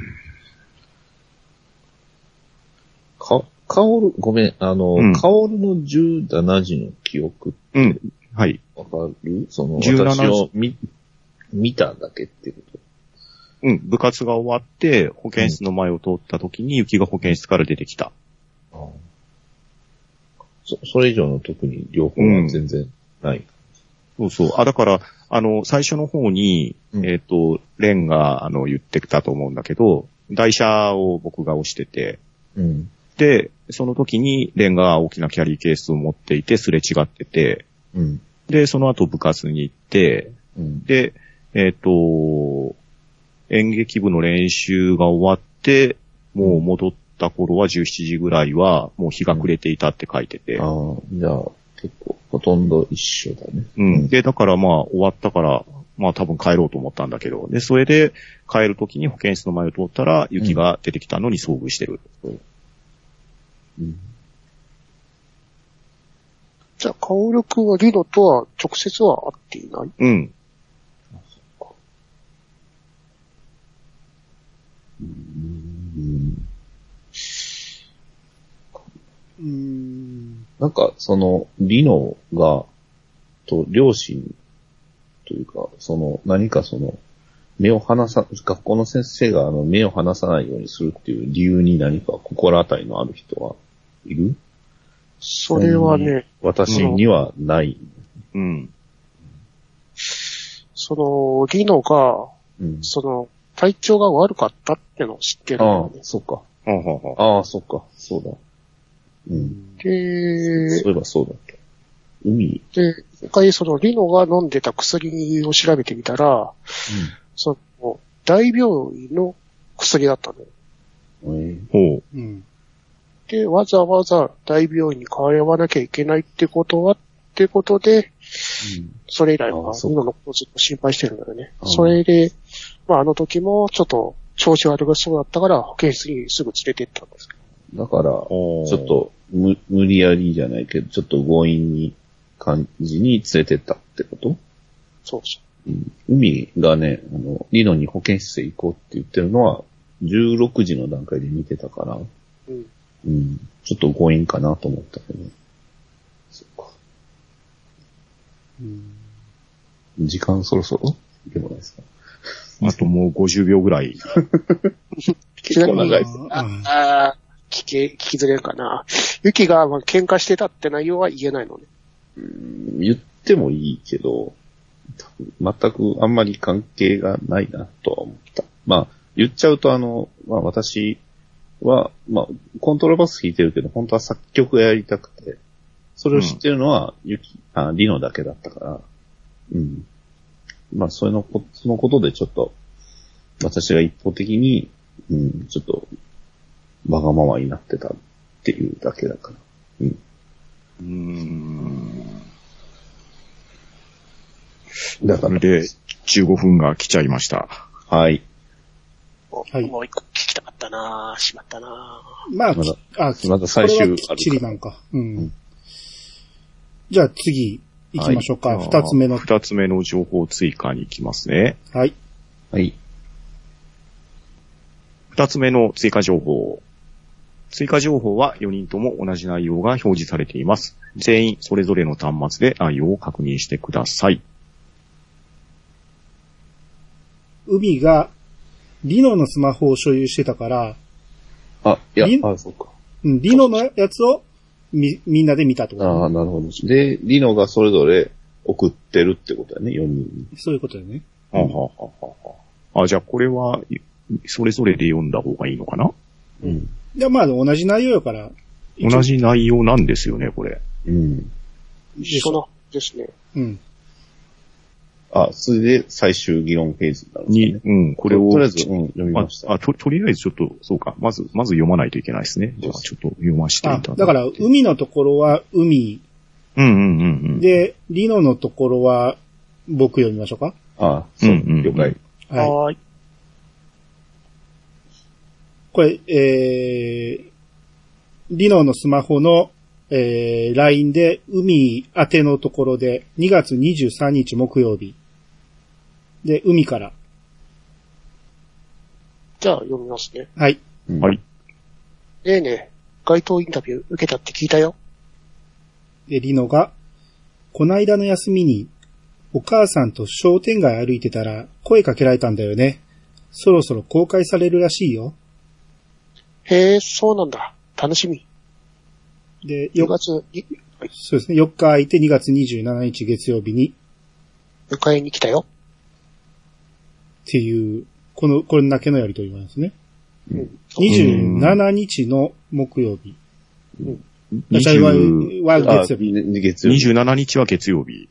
Speaker 4: か、カオル、ごめん、あの、
Speaker 2: うん
Speaker 4: カオルの17時の記憶って
Speaker 2: うん。はい。
Speaker 4: わかるその、
Speaker 2: 17
Speaker 4: 私を見、見ただけってこと。
Speaker 2: うん。部活が終わって、保健室の前を通った時に雪が保健室から出てきた。
Speaker 4: そ、それ以上の特に両方は全然ない。
Speaker 2: そうそう。あ、だから、あの、最初の方に、
Speaker 4: うん
Speaker 2: えっ、と、レンが、あの、言ってたと思うんだけど、台車を僕が押してて、
Speaker 4: うん。
Speaker 2: で、その時にレンが大きなキャリーケースを持っていて、すれ違ってて、
Speaker 4: うん。
Speaker 2: で、その後部活に行って、
Speaker 4: うん。
Speaker 2: で、えっ、と、演劇部の練習が終わって、もう戻った頃は17時ぐらいは、もう日が暮れていたって書いてて。
Speaker 4: ああ、じゃあ、結構、ほとんど一緒だね。
Speaker 2: うん。で、だからまあ、終わったから、まあ多分帰ろうと思ったんだけど、で、それで帰るときに保健室の前を通ったら、雪が出てきたのに遭遇してる。
Speaker 4: うん。
Speaker 3: じゃあ、カオル君はリノとは直接は会っていない
Speaker 2: うん。
Speaker 4: うん
Speaker 1: うーん。
Speaker 4: なんか、その、リノが、と、両親、というか、その、何かその、目を離さ、学校の先生があの、目を離さないようにするっていう理由に何か心当たりのある人はいる
Speaker 3: それはね、
Speaker 4: 私にはない。
Speaker 2: うん。
Speaker 3: その、リノが、
Speaker 4: うん。
Speaker 3: その、体調が悪かったってのを知ってる
Speaker 4: ああ
Speaker 3: んだ、よね。
Speaker 4: そっか。
Speaker 2: はあはあはあ
Speaker 4: ああ、そっか。そうだ。うん。
Speaker 3: で
Speaker 4: そういえばそうだっけ。海。
Speaker 3: で、一回そのリノが飲んでた薬を調べてみたら、その、大病院の薬だったのよ。
Speaker 4: うん。えー
Speaker 2: ほう。
Speaker 1: うん。
Speaker 3: で、わざわざ大病院に通わなきゃいけないってことは、ってことで、それ以来
Speaker 4: あ
Speaker 3: は
Speaker 4: あそう
Speaker 3: リノのことをずっと心配してるんだよね。
Speaker 4: ああ
Speaker 3: それで、まああの時もちょっと調子悪そうだったから保健室にすぐ連れてったんですけど。
Speaker 4: だから、ち
Speaker 2: お
Speaker 4: ょ
Speaker 2: ー
Speaker 4: っと無、無理やりじゃないけど、ちょっと強引に、感じに連れてったってこと
Speaker 3: そうそう。
Speaker 4: うん海がね、あの、リノに保健室へ行こうって言ってるのは、16時の段階で見てたから、
Speaker 3: うん
Speaker 4: うん、ちょっと強引かなと思ったけど。そっか。
Speaker 1: うん
Speaker 4: 時間そろそろでもないですか。
Speaker 2: あともう50秒ぐらい。
Speaker 3: ちなみ
Speaker 4: 結構
Speaker 3: に
Speaker 4: 長いです。
Speaker 1: ああ
Speaker 3: ああ、聞け、聞きずれるかな。ユキがまあ喧嘩してたって内容は言えないのね。
Speaker 4: うん言ってもいいけど、多分全くあんまり関係がないなとは思った。まあ、言っちゃうとあの、まあ私は、まあ、コントラバス弾いてるけど、本当は作曲がやりたくて、それを知ってるのは、ゆき、あ、リノだけだったから、うん。まあ、それのこ、そのことでちょっと、私が一方的に、うん、ちょっと、わがままになってたっていうだけだから。
Speaker 2: うーん。
Speaker 4: だから、
Speaker 2: で、15分が来ちゃいました。
Speaker 4: はい。
Speaker 1: い
Speaker 3: もう一個聞きたかったなしまったな
Speaker 1: まあ、
Speaker 4: ま
Speaker 1: き
Speaker 4: だ
Speaker 1: あ、き
Speaker 4: まだ最終
Speaker 1: これはきっちりなんか。うん。じゃあ次、行きましょうか。
Speaker 2: はい
Speaker 1: 二つ目の。
Speaker 2: 二つ目の情報追加に行きますね。
Speaker 1: はい。
Speaker 4: はい。
Speaker 2: 二つ目の追加情報。追加情報は4人とも同じ内容が表示されています。全員それぞれの端末で内容を確認してください。
Speaker 1: 海が、リノのスマホを所有してたから、
Speaker 4: あ、い
Speaker 1: リ
Speaker 4: や、あ、そうか。
Speaker 1: うん、リノのやつをみ、みんなで見たってこと
Speaker 4: ああ、なるほど。で、リノがそれぞれ送ってるってことだね、4人に。
Speaker 1: そういうことだよね。
Speaker 2: はあはあはあはああ、じゃあこれは、それぞれで読んだ方がいいのかな
Speaker 4: うん。
Speaker 1: で、まあ、同じ内容やから、一応
Speaker 2: 同。じ内容なんですよね、これ。
Speaker 4: うん。
Speaker 3: 一緒な、ですね。
Speaker 1: うん。
Speaker 4: あ、それで最終議論ページになるんです
Speaker 2: に
Speaker 4: ね、。
Speaker 2: うん、これを。
Speaker 4: とりあえず、うん、読み
Speaker 2: あ
Speaker 4: ました。
Speaker 2: あと、とりあえずちょっと、そうか。まず、まず読まないといけないですね。じゃあ、ちょっと読ませていただ
Speaker 1: あ
Speaker 2: いて。、
Speaker 1: だから、海のところは海、
Speaker 2: うんうんうんうん。
Speaker 1: で、リノのところは僕読みましょうか。
Speaker 4: あ
Speaker 2: うんうんうん
Speaker 4: 了解。
Speaker 1: はい。
Speaker 3: はーい。
Speaker 1: これ、えー、リノのスマホの、えー、LINE で、海宛てのところで、2月23日木曜日。で、海から。
Speaker 3: じゃあ読みますね。
Speaker 1: はい。
Speaker 4: うん
Speaker 2: はい。
Speaker 3: ねえねえ、街頭インタビュー受けたって聞いたよ。
Speaker 1: で、リノが、こないだの休みに、お母さんと商店街歩いてたら、声かけられたんだよね。そろそろ公開されるらしいよ。
Speaker 3: へえ、そうなんだ。楽しみ。
Speaker 1: で、
Speaker 3: 4
Speaker 1: よ、
Speaker 3: 月に
Speaker 1: そうですね、4日空いて2月27日月曜日に、
Speaker 3: 迎えに来たよ。
Speaker 1: っていう、この、これだけのやりとりなんですね。
Speaker 3: うん。
Speaker 1: 27日の木曜日。
Speaker 2: 20
Speaker 1: は
Speaker 4: あ
Speaker 1: 月曜日。
Speaker 4: ね月曜日。
Speaker 2: 27日は月曜日。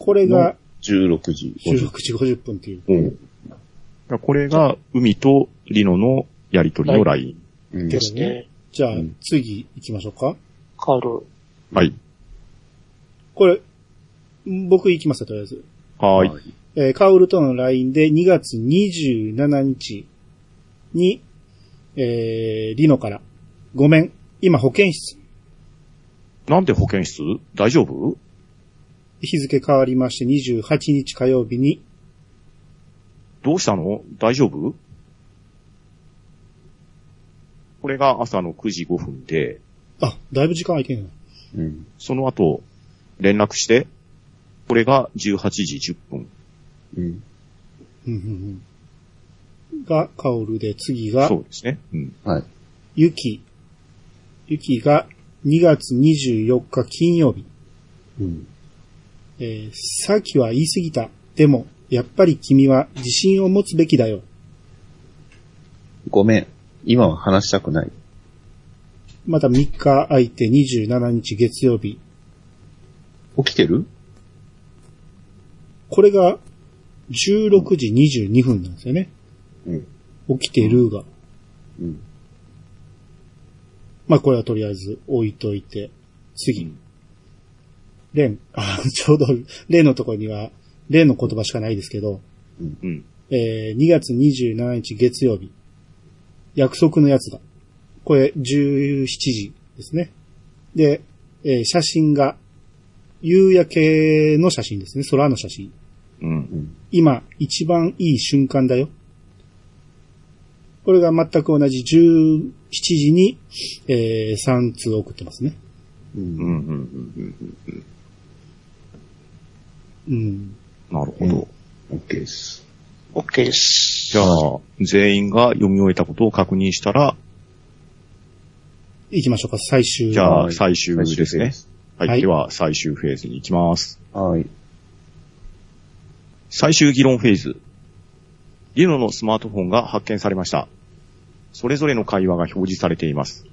Speaker 1: これが
Speaker 4: の16時
Speaker 1: 収
Speaker 4: 50
Speaker 1: 録時50分っていう。
Speaker 4: うん。
Speaker 2: これが、海とリノのやりとりのライン。
Speaker 4: うん
Speaker 3: ですね。
Speaker 1: じゃあ
Speaker 4: うん、
Speaker 1: 次行きましょうか。
Speaker 3: カール。
Speaker 2: はい。
Speaker 1: これ、僕行きますよ、とりあえず。
Speaker 2: はい。
Speaker 1: えーカウルとの LINE で2月27日に、えー、リノから、ごめん、今保健室。
Speaker 2: なんで保健室大丈夫
Speaker 1: 日付変わりまして28日火曜日に、
Speaker 2: どうしたの大丈夫これが朝の9時5分で、
Speaker 1: あ、だいぶ時間空いてんの。
Speaker 4: うん。
Speaker 2: その後、連絡して、これが18時10分。
Speaker 4: うん。
Speaker 1: うんうんうん。が、カオルで、次が
Speaker 2: そ、うですね。うん。
Speaker 4: はい。
Speaker 1: ユキ。ユキが2月24日金曜日。
Speaker 4: うん。
Speaker 1: えーさっきは言い過ぎた。でも、やっぱり君は自信を持つべきだよ。
Speaker 4: ごめん。今は話したくない。
Speaker 1: また3日空いて27日月曜日。
Speaker 4: 起きてる
Speaker 1: これが16時22分なんですよね。
Speaker 4: うん。
Speaker 1: 起きてるが。
Speaker 4: うん。
Speaker 1: まあ、これはとりあえず置いといて。次。レン。あ、 ちょうど、レンのところには、レンの言葉しかないですけど。
Speaker 2: うん。
Speaker 1: えー2月27日月曜日。約束のやつだ。これ、17時ですね。で、えー写真が、夕焼けの写真ですね。空の写真。
Speaker 2: うん。
Speaker 1: 今、一番いい瞬間だよ。これが全く同じ17時に、え3通送ってますね。
Speaker 4: う。
Speaker 2: うん。うんん。うん。
Speaker 1: う
Speaker 2: うん。
Speaker 1: ん。
Speaker 2: なるほど。
Speaker 4: OK です。
Speaker 3: OK です。
Speaker 2: じゃあ、全員が読み終えたことを確認したら、
Speaker 1: 行きましょうか、最終。
Speaker 2: じゃあ
Speaker 4: はい
Speaker 2: 最終ですね
Speaker 4: 最終
Speaker 2: はい。
Speaker 1: はい
Speaker 2: では、最終フェーズに行きます。
Speaker 4: はい。
Speaker 2: 最終議論フェーズ。リノのスマートフォンが発見されました。それぞれの会話が表示されています。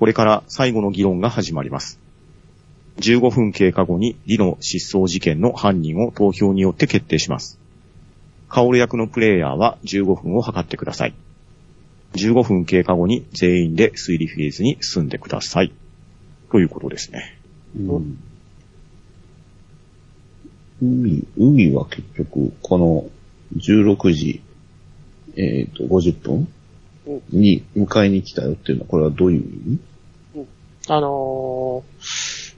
Speaker 2: これから最後の議論が始まります。15分経過後にリノ失踪事件の犯人を投票によって決定します。カオル役のプレイヤーは15分を測ってください。15分経過後に全員で推理フェーズに進んでください。ということですね。
Speaker 4: うん。海、海は結局、この16時、えっ、と、50分
Speaker 3: うん
Speaker 4: に迎えに来たよっていうのは、これはどういう意味
Speaker 3: あのー、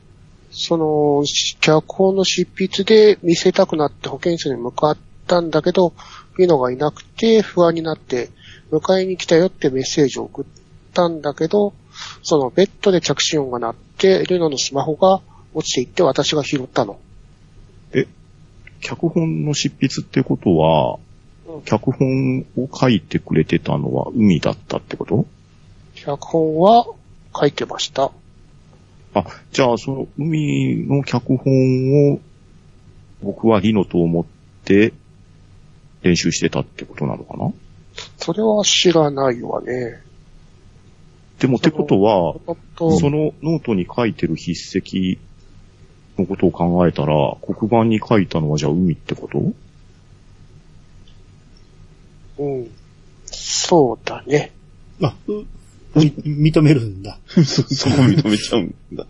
Speaker 3: その、し脚本の執筆で見せたくなって保健室に向かったんだけど、ピノがいなくて不安になって、迎えに来たよってメッセージを送ったんだけど、そのベッドで着信音が鳴って、ルノのスマホが落ちていって私が拾ったの。
Speaker 2: 脚本の執筆ってことは
Speaker 3: うん、
Speaker 2: 脚本を書いてくれてたのは海だったってこと
Speaker 3: 脚本は書いてました。
Speaker 2: あ、じゃあその海の脚本を僕はリノと思って練習してたってことなのかな
Speaker 3: それは知らないわね。
Speaker 2: でもってことは、
Speaker 3: あと、
Speaker 2: そのノートに書いてる筆跡のことを考えたら、黒板に書いたのはじゃあ海ってこと
Speaker 3: うん。そうだね。
Speaker 1: あ、うみ認めるんだ。
Speaker 4: そ、そこ認めちゃうんだ。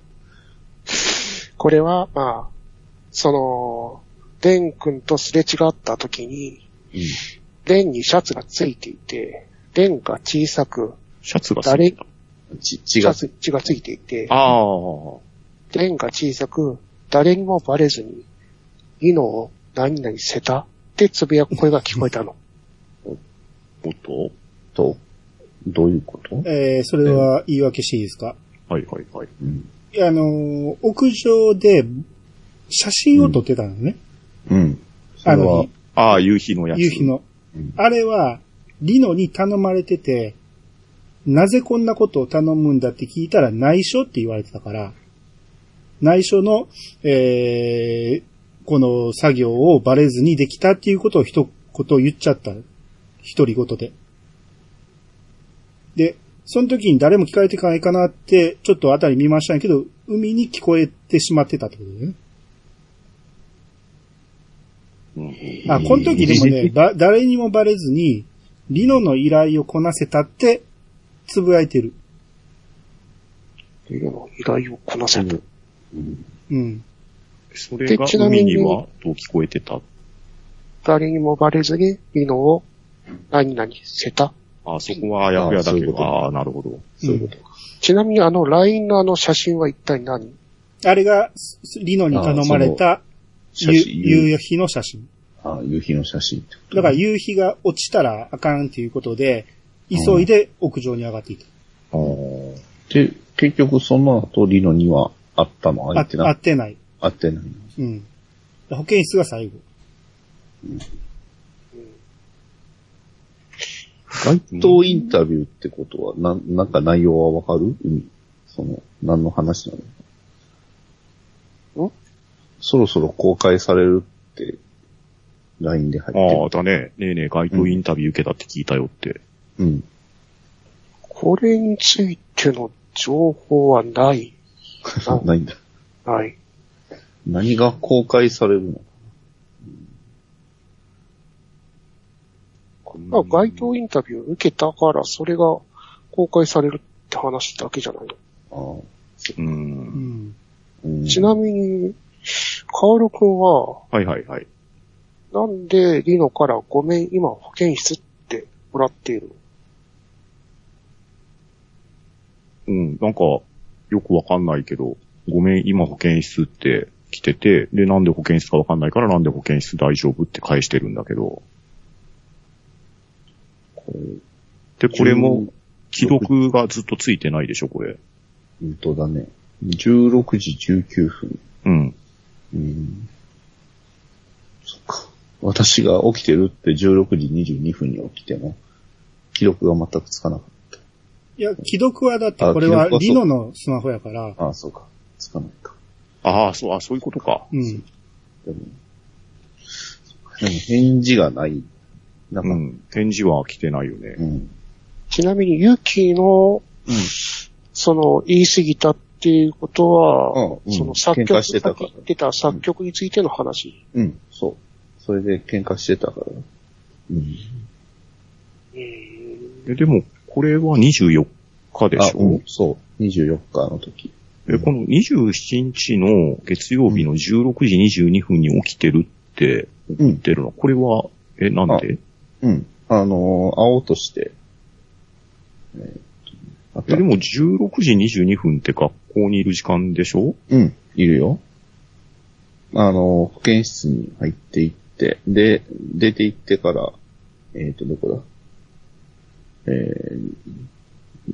Speaker 3: これは、まあ、その、レン君とすれ違った時に、
Speaker 2: うんシ
Speaker 3: レンにシャツがついていて、レンが小さく、
Speaker 2: ャツが
Speaker 3: 誰、
Speaker 4: ち、
Speaker 3: シ
Speaker 4: 血
Speaker 3: ャ
Speaker 4: が、
Speaker 3: ツ、血がついていて、
Speaker 2: ああー。
Speaker 3: レンが小さく、誰にもバレずに、リノを何々せたってつぶやく声が聞こえたの。
Speaker 2: おっと
Speaker 4: と、どういうこと
Speaker 1: えー、それは言い訳していいですか
Speaker 2: はいはいはい。
Speaker 4: うん。
Speaker 1: あのー屋上で写真を撮ってたのね。
Speaker 4: うん。そ
Speaker 1: あ
Speaker 4: れ
Speaker 1: の
Speaker 4: は、
Speaker 2: ああ、夕日のやつ。
Speaker 1: 夕日。の
Speaker 4: うん。
Speaker 1: あれは、リノに頼まれてて、なぜこんなことを頼むんだって聞いたら内緒って言われてたから、内緒の、えー、この作業をバレずにできたっていうことを一言言っちゃった。一人ごとで。で、その時に誰も聞かれてないかなって、ちょっとあたり見ましたんやけど、海に聞こえてしまってたってことだよね。
Speaker 2: うん、
Speaker 1: あ、この時でもね、ば、誰にもバレずに、リノの依頼をこなせたって、つぶやいてる。
Speaker 3: リノの依頼をこなせた。
Speaker 1: うん。
Speaker 2: それが
Speaker 3: でちなみ
Speaker 2: 海
Speaker 3: に
Speaker 2: にはどう聞こえてた
Speaker 3: 誰にもバレずに、リノを何々せた。
Speaker 2: あ、そこはあやふやだ
Speaker 4: あそう
Speaker 2: け
Speaker 4: いうこ
Speaker 2: ど。
Speaker 4: と
Speaker 2: ああ、なるほど。
Speaker 4: そういうことか。
Speaker 3: ちなみにあの LINE のあの写真は一体何
Speaker 1: あれが、すリノに頼まれた、
Speaker 4: 写
Speaker 1: ゆ
Speaker 4: 真、夕
Speaker 1: 夕日の写真。
Speaker 4: あ夕日の写真ってこと
Speaker 1: だから夕日が落ちたらあかんっていうことで、急いで屋上に上がっていた。
Speaker 4: あーで、結局その後、リノにはあったのあ
Speaker 1: あ
Speaker 4: ってな
Speaker 1: 合ってない。
Speaker 4: あってないの
Speaker 1: うん。保健室が最後。
Speaker 4: 街頭インタビューってことは、なん、なんか内容はわかる海。その、何の話なの
Speaker 3: ん
Speaker 4: そろそろ公開されるって、LINE で入って
Speaker 2: ああ、だね。ねえねえ、街頭インタビュー受けたって聞いたよって。
Speaker 4: る。うん。
Speaker 3: これについての情報はない。あ
Speaker 4: ないんだ。
Speaker 3: ない。
Speaker 4: 何が公開されるの
Speaker 3: まあ、街頭インタビュー受けたから、それが公開されるって話だけじゃないの。
Speaker 4: ああ
Speaker 1: う
Speaker 2: う。
Speaker 1: んん。
Speaker 4: うん
Speaker 3: ちなみに、カオル君は、
Speaker 2: はいはいはい。
Speaker 3: なんでリノからごめん、今保健室ってもらっている
Speaker 2: うん、なんか、よくわかんないけど、ごめん、今保健室って来てて、で、なんで保健室かわかんないから、なんで保健室大丈夫って返してるんだけど。で、これも、既読がずっとついてないでしょ、これ。
Speaker 4: 本当だね。16時19分。
Speaker 2: うん。
Speaker 4: うん。そっか。私が起きてるって16時22分に起きても、記録が全くつかなかっ
Speaker 1: いや、既読はだってこれ
Speaker 4: あ
Speaker 1: は
Speaker 4: 既読はそう
Speaker 1: リノのスマホやから、
Speaker 4: た。ああ、そうか。つかないか。
Speaker 2: ああ、そう、あそういうことか。
Speaker 1: うん。
Speaker 4: でも、でも返事がない。なん
Speaker 2: う
Speaker 4: か、
Speaker 2: ん。返事は来てないよね。
Speaker 4: うん。
Speaker 3: ちなみに、ユキの、
Speaker 2: うん
Speaker 3: その、言い過ぎたっていうことは、
Speaker 4: ああうん
Speaker 3: その作曲、
Speaker 4: 喧嘩してた
Speaker 3: さっ
Speaker 4: か
Speaker 3: き
Speaker 4: ら
Speaker 3: 言ってた作曲についての話。
Speaker 4: うん、そう。それで喧嘩してたから。うん。
Speaker 2: え、でも、これは24日で
Speaker 4: あ
Speaker 2: し、
Speaker 4: う
Speaker 2: ょ
Speaker 4: ん、そう。24日の時。
Speaker 2: え、この27日の月曜日の16時22分に起きてるって
Speaker 4: う
Speaker 2: 言っ
Speaker 4: ん。
Speaker 2: てるの。これは、え、なんで
Speaker 4: うん。あのー、会おうとして。えーっとあっ
Speaker 2: え、
Speaker 4: た
Speaker 2: でも16時22分って学校にいる時間でしょ
Speaker 4: うん、いるよ。あの、保健室に入っていって、で、出て行ってから、えっ、と、どこだえ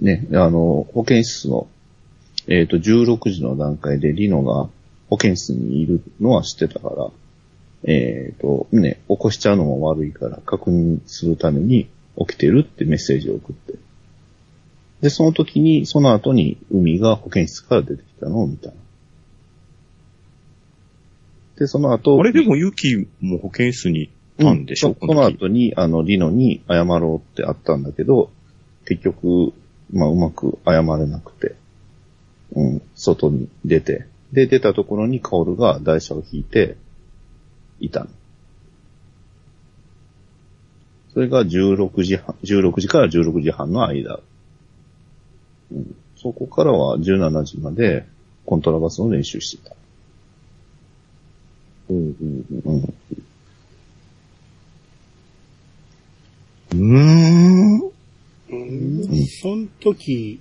Speaker 4: ー、ね、あの、保健室の、えっ、と、16時の段階でリノが保健室にいるのは知ってたから、えっ、と、ね、起こしちゃうのも悪いから確認するために起きてるってメッセージを送って。で、その時に、その後に海が保健室から出てきたのを見た。で、その後、
Speaker 2: あれでもユキも保健室にいたんでしょ、
Speaker 4: う
Speaker 2: こ
Speaker 4: そ
Speaker 2: の
Speaker 4: の
Speaker 2: 時
Speaker 4: 後に、あの、リノに謝ろうってあったんだけど、結局、まあ、うまく謝れなくて、うん、外に出て、で、出たところにカオルが台車を引いて、いたの。それが16時半、16時から16時半の間。うん、そこからは17時までコントラバスの練習してた。うん、うん、うん。
Speaker 2: うーん。
Speaker 3: うん。
Speaker 1: その時、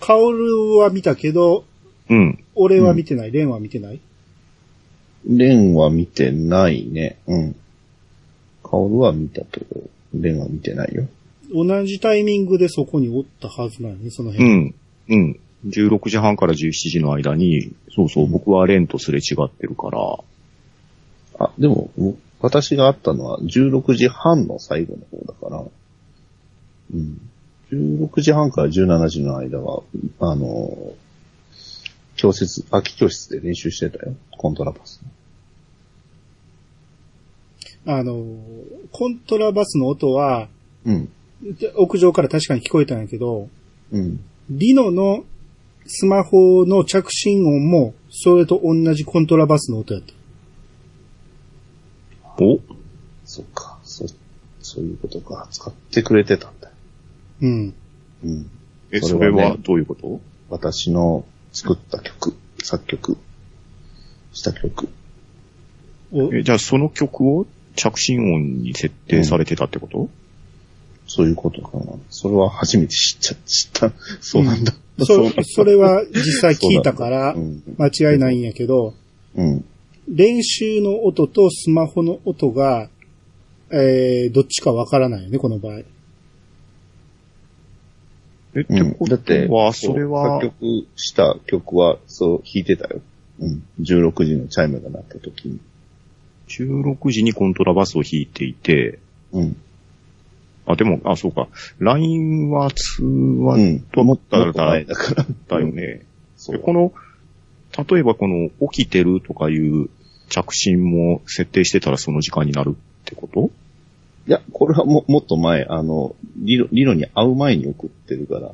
Speaker 1: カオルは見たけど、
Speaker 2: うん。
Speaker 1: 俺は見てない、レンは見てない。
Speaker 4: レンは見てないね。うん。カオルは見たけど、レンは見てないよ。
Speaker 1: 同じタイミングでそこにおったはずなのね、その
Speaker 2: う
Speaker 1: 辺。
Speaker 2: ん。うん。16時半から17時の間に、そうそう、僕はレンとすれ違ってるから、
Speaker 4: あ、でも、う私があったのは16時半の最後の方だから、うん。16時半から17時の間は、あの、教室、空き教室で練習してたよ。コントラバス。
Speaker 1: あの、コントラバスの音は、
Speaker 4: うん。
Speaker 1: で屋上から確かに聞こえたんやけど、
Speaker 4: うん。
Speaker 1: リノのスマホの着信音も、それと同じコントラバスの音やった。
Speaker 2: お
Speaker 4: そっか。そ、そういうことか。使ってくれてたんだよ。
Speaker 1: うん。
Speaker 4: うん。
Speaker 2: え、
Speaker 4: そ
Speaker 2: そ
Speaker 4: れ
Speaker 2: れ
Speaker 4: はね
Speaker 2: はどういうこと
Speaker 4: 私の作った曲、作曲した曲。
Speaker 1: お
Speaker 2: え、じゃあその曲を着信音に設定されてたってこと、
Speaker 4: そういうことかな。それは初めて知っちゃ、知った。そうなんだ。うなん
Speaker 1: そ
Speaker 4: だ
Speaker 1: それは実際聞いたから
Speaker 4: う、ん。
Speaker 1: 間違いないんやけど、
Speaker 4: うん。
Speaker 1: 練習の音とスマホの音が、えー、どっちかわからないよね、この場合。
Speaker 2: え、っ
Speaker 4: う
Speaker 2: て
Speaker 4: ん
Speaker 2: こ
Speaker 4: だって
Speaker 2: と、は、それは、
Speaker 4: 作曲した曲は、そう弾いてたよ。うん。16時のチャイムが鳴った時に。
Speaker 2: 16時にコントラバスを弾いていて、
Speaker 4: うん。
Speaker 2: あ、でも、あ、そうか。LINE は通
Speaker 4: う
Speaker 2: 話
Speaker 4: ん。もっ
Speaker 2: だ
Speaker 4: もっと前だから。
Speaker 2: だよね。
Speaker 4: そ
Speaker 2: で
Speaker 4: う。
Speaker 2: この、例えばこの、起きてるとかいう着信も設定してたらその時間になるってこと
Speaker 4: いや、これはも、もっと前、あの、リロ、リロに会う前に送ってるから。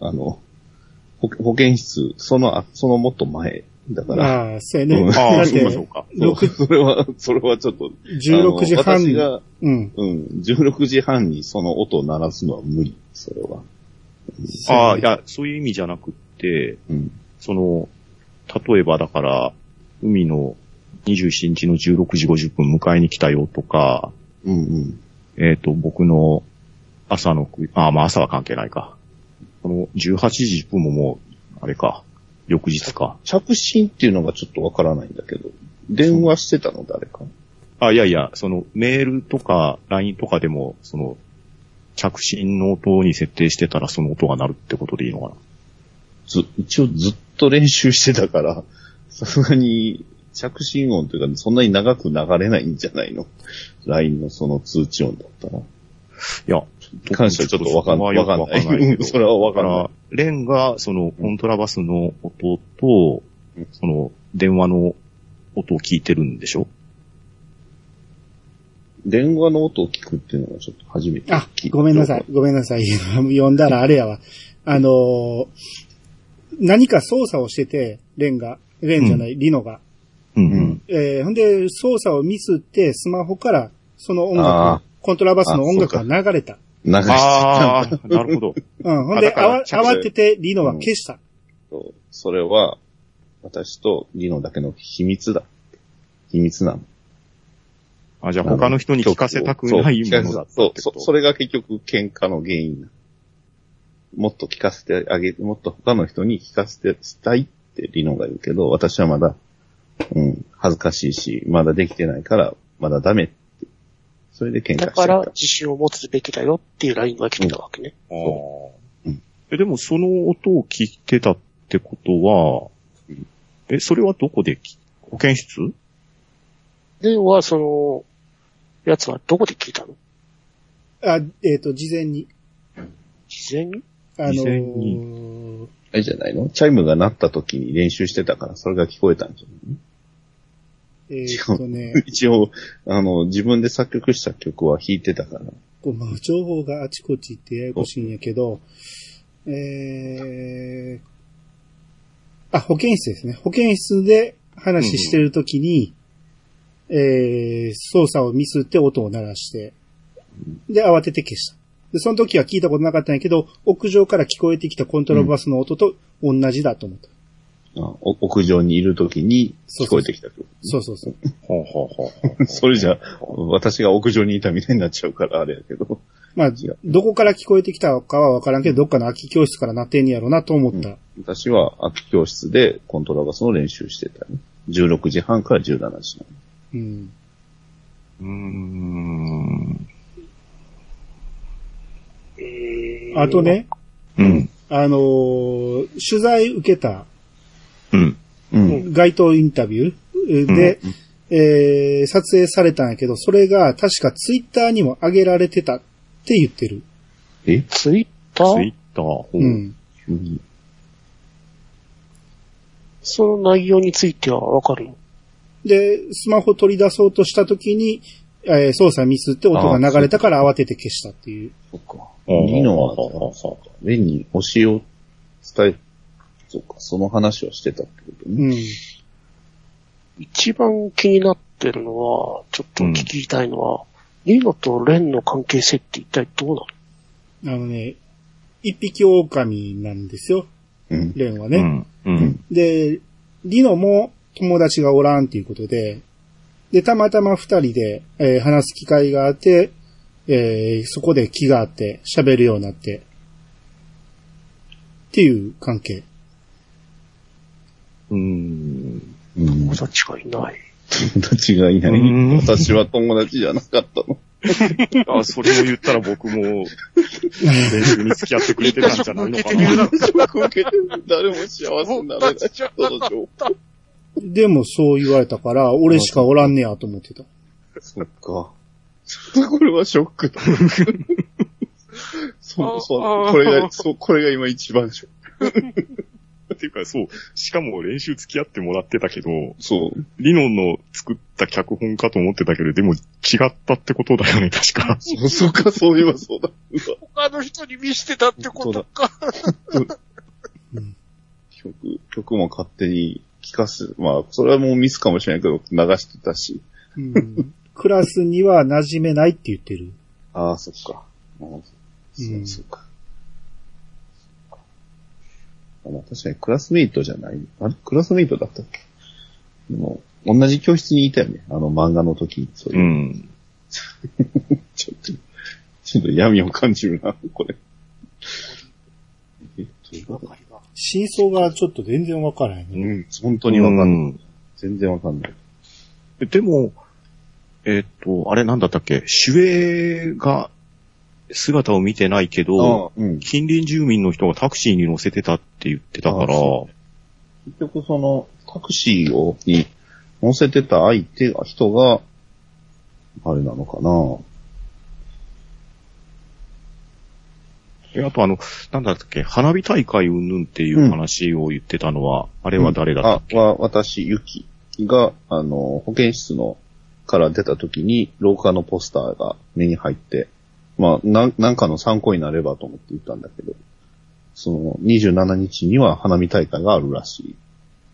Speaker 4: あの、保保健室、その、あそのもっと前だから。
Speaker 1: ああ、そうやね。
Speaker 4: うん
Speaker 2: あ
Speaker 1: だ
Speaker 2: あ、
Speaker 1: っ
Speaker 2: そう
Speaker 1: て
Speaker 2: か、そうか。
Speaker 4: そう
Speaker 1: 六
Speaker 4: それは、それはちょっと。
Speaker 1: 16時
Speaker 4: あの
Speaker 1: 半
Speaker 4: 私
Speaker 1: に。
Speaker 4: が、
Speaker 1: うん。
Speaker 4: うん、16時半にその音を鳴らすのは無理、それは。
Speaker 2: ああ、いや、そういう意味じゃなくって、
Speaker 4: うん。
Speaker 2: その、例えばだから、海の27日の16時50分迎えに来たよとか、
Speaker 4: うんうん。
Speaker 2: えっ、と、僕の朝のく、あ、まあ朝は関係ないか。この18時10分ももう、あれか、翌日か。
Speaker 4: 着信っていうのがちょっとわからないんだけど、電話してたの誰か。
Speaker 2: あ、いやいや、そのメールとか LINE とかでも、その、着信の音に設定してたらその音が鳴るってことでいいのかな。
Speaker 4: ず、一応ずっと練習してたから、 さすがに着信音というか、そんなに長く流れないんじゃないの ?LINE のその通知音だったら。
Speaker 2: いや、
Speaker 4: 感謝ちょっとわかんない。
Speaker 2: そ
Speaker 4: わ
Speaker 2: こ
Speaker 4: か
Speaker 2: はよ
Speaker 4: ん
Speaker 2: く
Speaker 4: ない。
Speaker 2: わかんないけ
Speaker 4: うん
Speaker 2: ど
Speaker 4: それはわ
Speaker 2: だか
Speaker 4: かんない
Speaker 2: ら。、レンが、その、コントラバスの音と
Speaker 4: うん、
Speaker 2: その、電話の音を聞いてるんでしょ
Speaker 4: 電話の音を聞くっていうのがちょっと初めて
Speaker 1: あ
Speaker 4: 聞い、た
Speaker 1: ごめんなさい。。ごめんなさい。 読んだらあれやわ。あのー何か操作をしてて、レンが、レンじゃない、リノが。
Speaker 2: うん
Speaker 4: う
Speaker 2: うんん。
Speaker 1: えーほんで、操作をミスって、スマホから、その音
Speaker 4: あ
Speaker 1: 楽
Speaker 4: ー、
Speaker 1: コントラバスの音楽が流れた。
Speaker 4: 流してた
Speaker 2: ああ、なるほど。
Speaker 1: うん。ほん
Speaker 2: あ
Speaker 1: で、
Speaker 2: だから
Speaker 1: 慌
Speaker 2: 着信
Speaker 1: 慌てて、リノは消した。
Speaker 4: そうそれは、私とリノだけの秘密だ。秘密なの。
Speaker 2: あ、じゃあ他の人に聞かせたくないものだった
Speaker 4: そう
Speaker 2: っ、て
Speaker 4: そ
Speaker 2: こと
Speaker 4: う、それが結局喧嘩の原因なもっと聞かせてあげ、もっと他の人に聞かせてしたいっってリノが言うけど、私はまだ、うん、恥ずかしいし、まだできてないから、まだダメって。それで喧嘩して
Speaker 3: だ
Speaker 4: た
Speaker 3: から、自信を持つべきだよっていうラインが来てたわけね。
Speaker 2: あ
Speaker 4: う
Speaker 2: あ
Speaker 4: ん。
Speaker 2: え、でもその音を聞いてたってことは
Speaker 4: うん、
Speaker 2: え、それはどこで聞保健室
Speaker 3: では、その、やつはどこで聞いたの
Speaker 1: あ、えっ、と、事前に。
Speaker 3: 事前に
Speaker 1: あの
Speaker 2: 事前
Speaker 1: ー、
Speaker 4: あれじゃないのチャイムが鳴った時に練習してたから、それが聞こえたんじゃない
Speaker 1: えっ、とね
Speaker 4: の、一応、あの、自分で作曲した曲は弾いてたから。
Speaker 1: こうまあ、情報があちこちってややこしいんやけど、えー、あ、保健室ですね。保健室で話してるときに、えー、操作をミスって音を鳴らして、で、慌てて消した。で、その時は聞いたことなかったんやけど、屋上から聞こえてきたコントラバスの音と同じだと思った。
Speaker 4: あお屋上にいる時に聞こえてきた曲。
Speaker 1: そうそうそう。
Speaker 2: はあ、はあは
Speaker 4: それじゃ、私が屋上にいたみたいになっちゃうから、あれやけど。
Speaker 1: まあ
Speaker 4: 違う、
Speaker 1: どこから聞こえてきたかはわからんけど、どっかの空き教室からなってんやろなと思った。
Speaker 4: 私は空き教室でコントラバスの練習してたね。16時半から17時なの
Speaker 1: うん
Speaker 2: あ、うーん。
Speaker 1: あとね、
Speaker 2: うん。
Speaker 1: あのー取材受けた
Speaker 2: うん。
Speaker 4: うん。
Speaker 1: 街頭インタビューで、えー撮影されたんやけど、それが確かツイッターにも上げられてたって言ってる。
Speaker 4: え
Speaker 3: ツイッタ
Speaker 2: ツイ
Speaker 3: ー
Speaker 2: ッター、ほう
Speaker 1: うん。
Speaker 4: うん
Speaker 3: その内容についてはわかるの
Speaker 1: で、スマホ取り出そうとした時に、えー操作ミスって音が流れたから慌てて消したっていう。
Speaker 4: そっか。
Speaker 2: あー
Speaker 4: ニノは、レンに推しを伝え、そっか、その話をしてたってこと
Speaker 1: う
Speaker 4: ね。
Speaker 1: ん。
Speaker 3: 一番気になってるのは、ちょっと聞きたいのは、ニノとレンの関係性って一体どうなの
Speaker 1: あのね、一匹狼なんですよ、
Speaker 4: うん。
Speaker 1: レンは
Speaker 2: う
Speaker 1: ね。
Speaker 2: ん。うん。
Speaker 1: で、リノも友達がおらんっていうことで、で、たまたま二人で、えー話す機会があって、えーそこで気があって喋るようになって、っていう関係。
Speaker 2: うん。
Speaker 4: うん
Speaker 3: 友達がいない。
Speaker 4: 友達がいな
Speaker 2: うん
Speaker 4: い。私は友達じゃなかったの。
Speaker 2: あ、それを言ったら僕も、練習に付き合ってくれてたんじゃないのかな。
Speaker 4: 誰も幸せになれない。その情報。
Speaker 1: でもそう言われたから、俺しかおらんねやと思ってた。
Speaker 4: そっか。これはショッ クだ。そう、そう、これが、そう、これが今一番ショッ
Speaker 2: っていうか、そう。しかも練習付き合ってもらってたけど、
Speaker 4: ク。そう。
Speaker 2: リノンの作った脚本かと思ってたけど、でも違ったってことだよね、確か。
Speaker 4: そう、そうか、そういえばそうだ。うわ
Speaker 3: 他の人に見せてたって
Speaker 4: こと
Speaker 3: か。
Speaker 4: 曲、曲も勝手に聴かす。まあ、それはもうミスかもしれないけど、流してたし。
Speaker 1: うん、クラスには馴染めないって言ってる。
Speaker 4: ああ、そっか。うんそうう、
Speaker 1: ん
Speaker 4: そっか。あまあ確かにクラスメイトじゃない。あれクラスメイトだったっけでも、同じ教室にいたよね。あの漫画の時。そういう。
Speaker 2: ん。
Speaker 4: ちょっと、ちょっと闇を感じるな、これ。えどういうこと
Speaker 1: 真相がちょっと全然わからない、ね。
Speaker 4: うん、本当にわかんない。全然わかんない。
Speaker 2: うんでも、えっと、あれなんだったっけ守衛が姿を見てないけど、
Speaker 4: あ、うん。
Speaker 2: 近隣住民の人がタクシーに乗せてたって言ってたから、
Speaker 4: あそ結局その、タクシーを、に乗せてた相手が、人が、あれなのかな
Speaker 2: えあとあの、なんだったっけ花火大会云々っていう話を言ってたのは、あれは誰だったっけ、
Speaker 4: あ、は、私、ゆきが、あの、保健室の、から出た時に、廊下のポスターが目に入って、まあ、なん、なんかの参考になればと思って言ったんだけど、その、27日には花火大会があるらし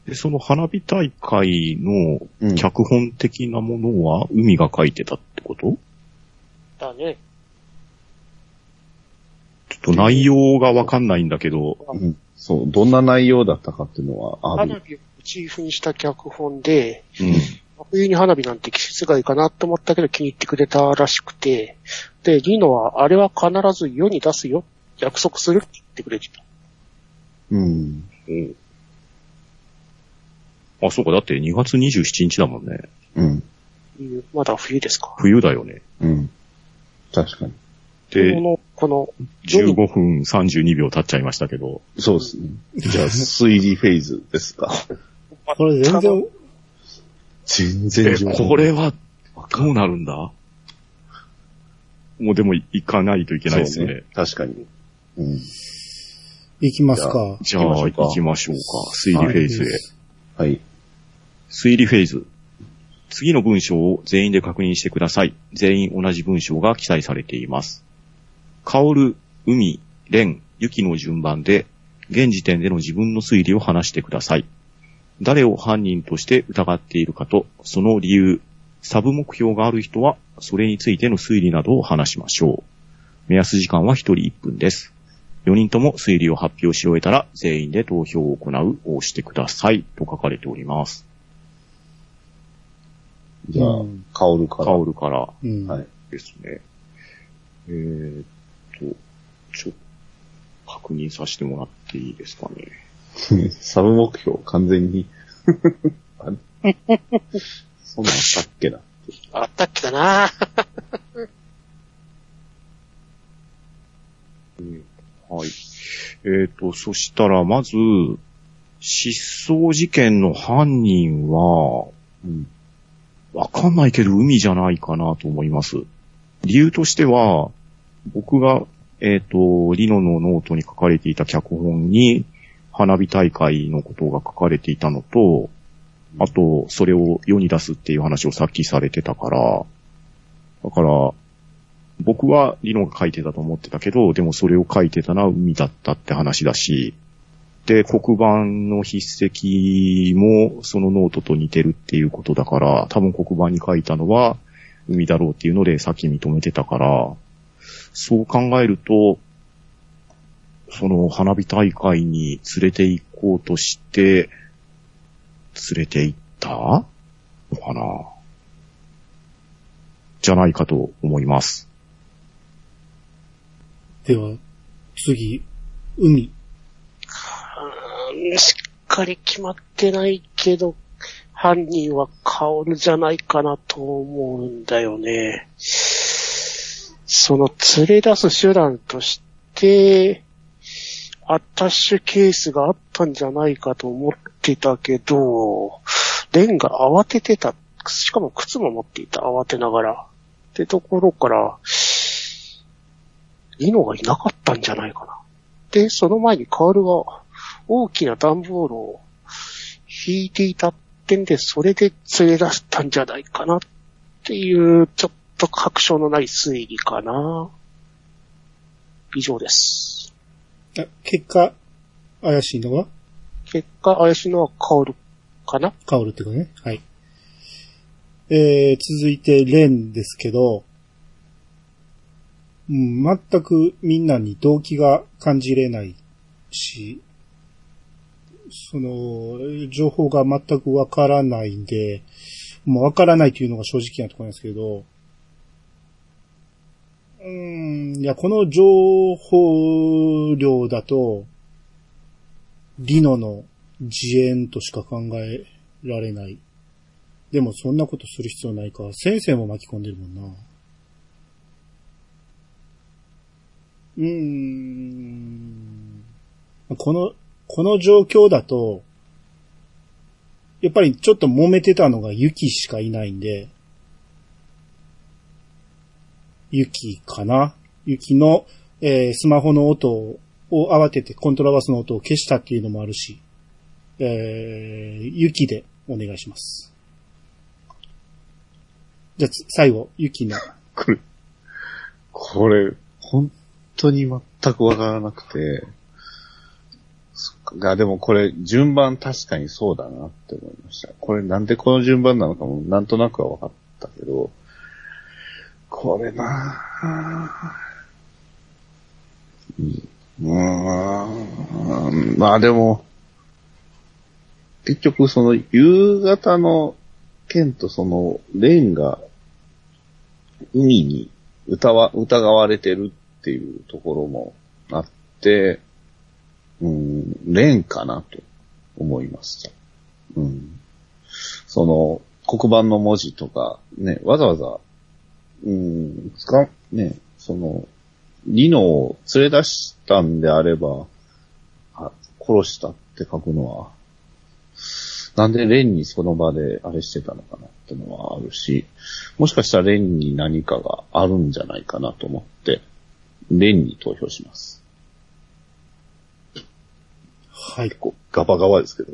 Speaker 4: い。
Speaker 2: で、その花火大会の
Speaker 4: うん
Speaker 2: 脚本的なものは海が書いてたってこと
Speaker 3: だね。
Speaker 2: ちょっと内容がわかんないんだけど、
Speaker 4: うん。そう、どんな内容だったかっていうのはあ
Speaker 3: 花
Speaker 4: る。
Speaker 3: 火をモチーフにした脚本で、
Speaker 2: うん。
Speaker 3: 冬に花火なんて季節外かなと思ったけど気に入ってくれたらしくて、で、リノはあれは必ず世に出すよ。約束するって言ってくれてた。
Speaker 4: うん。
Speaker 2: あ、そうか。だって2月27日だもんね。
Speaker 4: うん。
Speaker 3: いうまだ冬ですか。
Speaker 2: 冬だよね。
Speaker 4: うん。確かに。
Speaker 2: で
Speaker 3: こ、の、この、
Speaker 2: 15分32秒経っちゃいましたけど。
Speaker 4: そうですね。じ ゃあ、推理フェーズですか。
Speaker 1: これ全然、
Speaker 4: 全
Speaker 2: え
Speaker 4: 然、
Speaker 2: これは、どうなるんだもうでも行かないといけないですよね。
Speaker 4: 確かに。うん。
Speaker 1: いきますか。
Speaker 2: じゃあ
Speaker 4: 行きましょうか
Speaker 2: 行きましょうか。推理フェーズへ。
Speaker 4: はい。
Speaker 2: 推理フェーズ。次の文章を全員で確認してください。全員同じ文章が記載されています。カオル、海、レン、雪の順番で、現時点での自分の推理を話してください。誰を犯人として疑っているかと、その理由、サブ目標がある人は、それについての推理などを話しましょう。目安時間は1人1分です。4人とも推理を発表し終えたら、全員で投票を行うをしてください。と書かれております。
Speaker 4: じゃあ
Speaker 1: うん、
Speaker 4: カオルから。
Speaker 2: カオルから
Speaker 1: うん。
Speaker 4: はい。
Speaker 2: ですね。えーっと、ちょ、確認させてもらっていいですかね。
Speaker 4: サブ目標、完全に。 あれそんなんあったっけな。
Speaker 3: あったっけだな
Speaker 2: はい。えーっと、そしたら、まず、失踪事件の犯人は、
Speaker 4: うん。
Speaker 2: わかんないけど海じゃないかなと思います。理由としては、僕が、えっ、と、リノのノートに書かれていた脚本に、花火大会のことが書かれていたのと、あと、それを世に出すっていう話をさっきされてたから、だから、僕はリノが書いてたと思ってたけど、でもそれを書いてたのは海だったって話だし、で、黒板の筆跡もそのノートと似てるっていうことだから、多分黒板に書いたのは海だろうっていうのでさっき認めてたから、そう考えると、その花火大会に連れて行こうとして、連れて行ったのかなじゃないかと思います。
Speaker 1: では、次、海。
Speaker 3: うんしっかり決まってないけど、犯人はカオルじゃないかなと思うんだよね。その連れ出す手段として、アタッシュケースがあったんじゃないかと思ってたけど、レンが慌ててた。しかも靴も持っていた、慌てながら。ってところから、イノがいなかったんじゃないかな。で、その前にカオルが大きな段ボールを引いていたってんで、それで連れ出したんじゃないかなっていう、ちょっと確証のない推理かな。以上です。
Speaker 1: あ結果、怪しいのは
Speaker 3: 結果、怪しいのはカオルかな
Speaker 1: カオルってことね。はい。えー、続いて、レンですけど、うん、全くみんなに動機が感じれないし、その、情報が全くわからないんで、もうわからないというのが正直なところなんですけど、うーん、いや、この情報量だと、リノの自演としか考えられない。でもそんなことする必要ないか。先生も巻き込んでるもんな。うーん。この、この状況だと、やっぱりちょっと揉めてたのがユキしかいないんで、ユキかなユキの、えースマホの音を慌ててコントラバスの音を消したっていうのもあるし、えー、雪でお願いします。じゃあ、つ最後、雪の。
Speaker 4: これ、これ、本当に全くわからなくて、そっか、でもこれ、順番確かにそうだなって思いました。これなんでこの順番なのかもなんとなくは分かったけど、これなぁ。うん、うーんまあでも、結局その夕方の剣とそのレンが海に疑わ疑われてるっていうところもあって、うん、レンかなと思いました。うん。その、黒板の文字とか、ね、わざわざ、うん、使う、ね、その、リノを連れ出したんであれば、あ殺したって書くのは、なんでレンにその場であれしてたのかなってのはあるし、もしかしたらレンに何かがあるんじゃないかなと思って、レンに投票します。
Speaker 1: はい。
Speaker 4: こうガバガバですけど、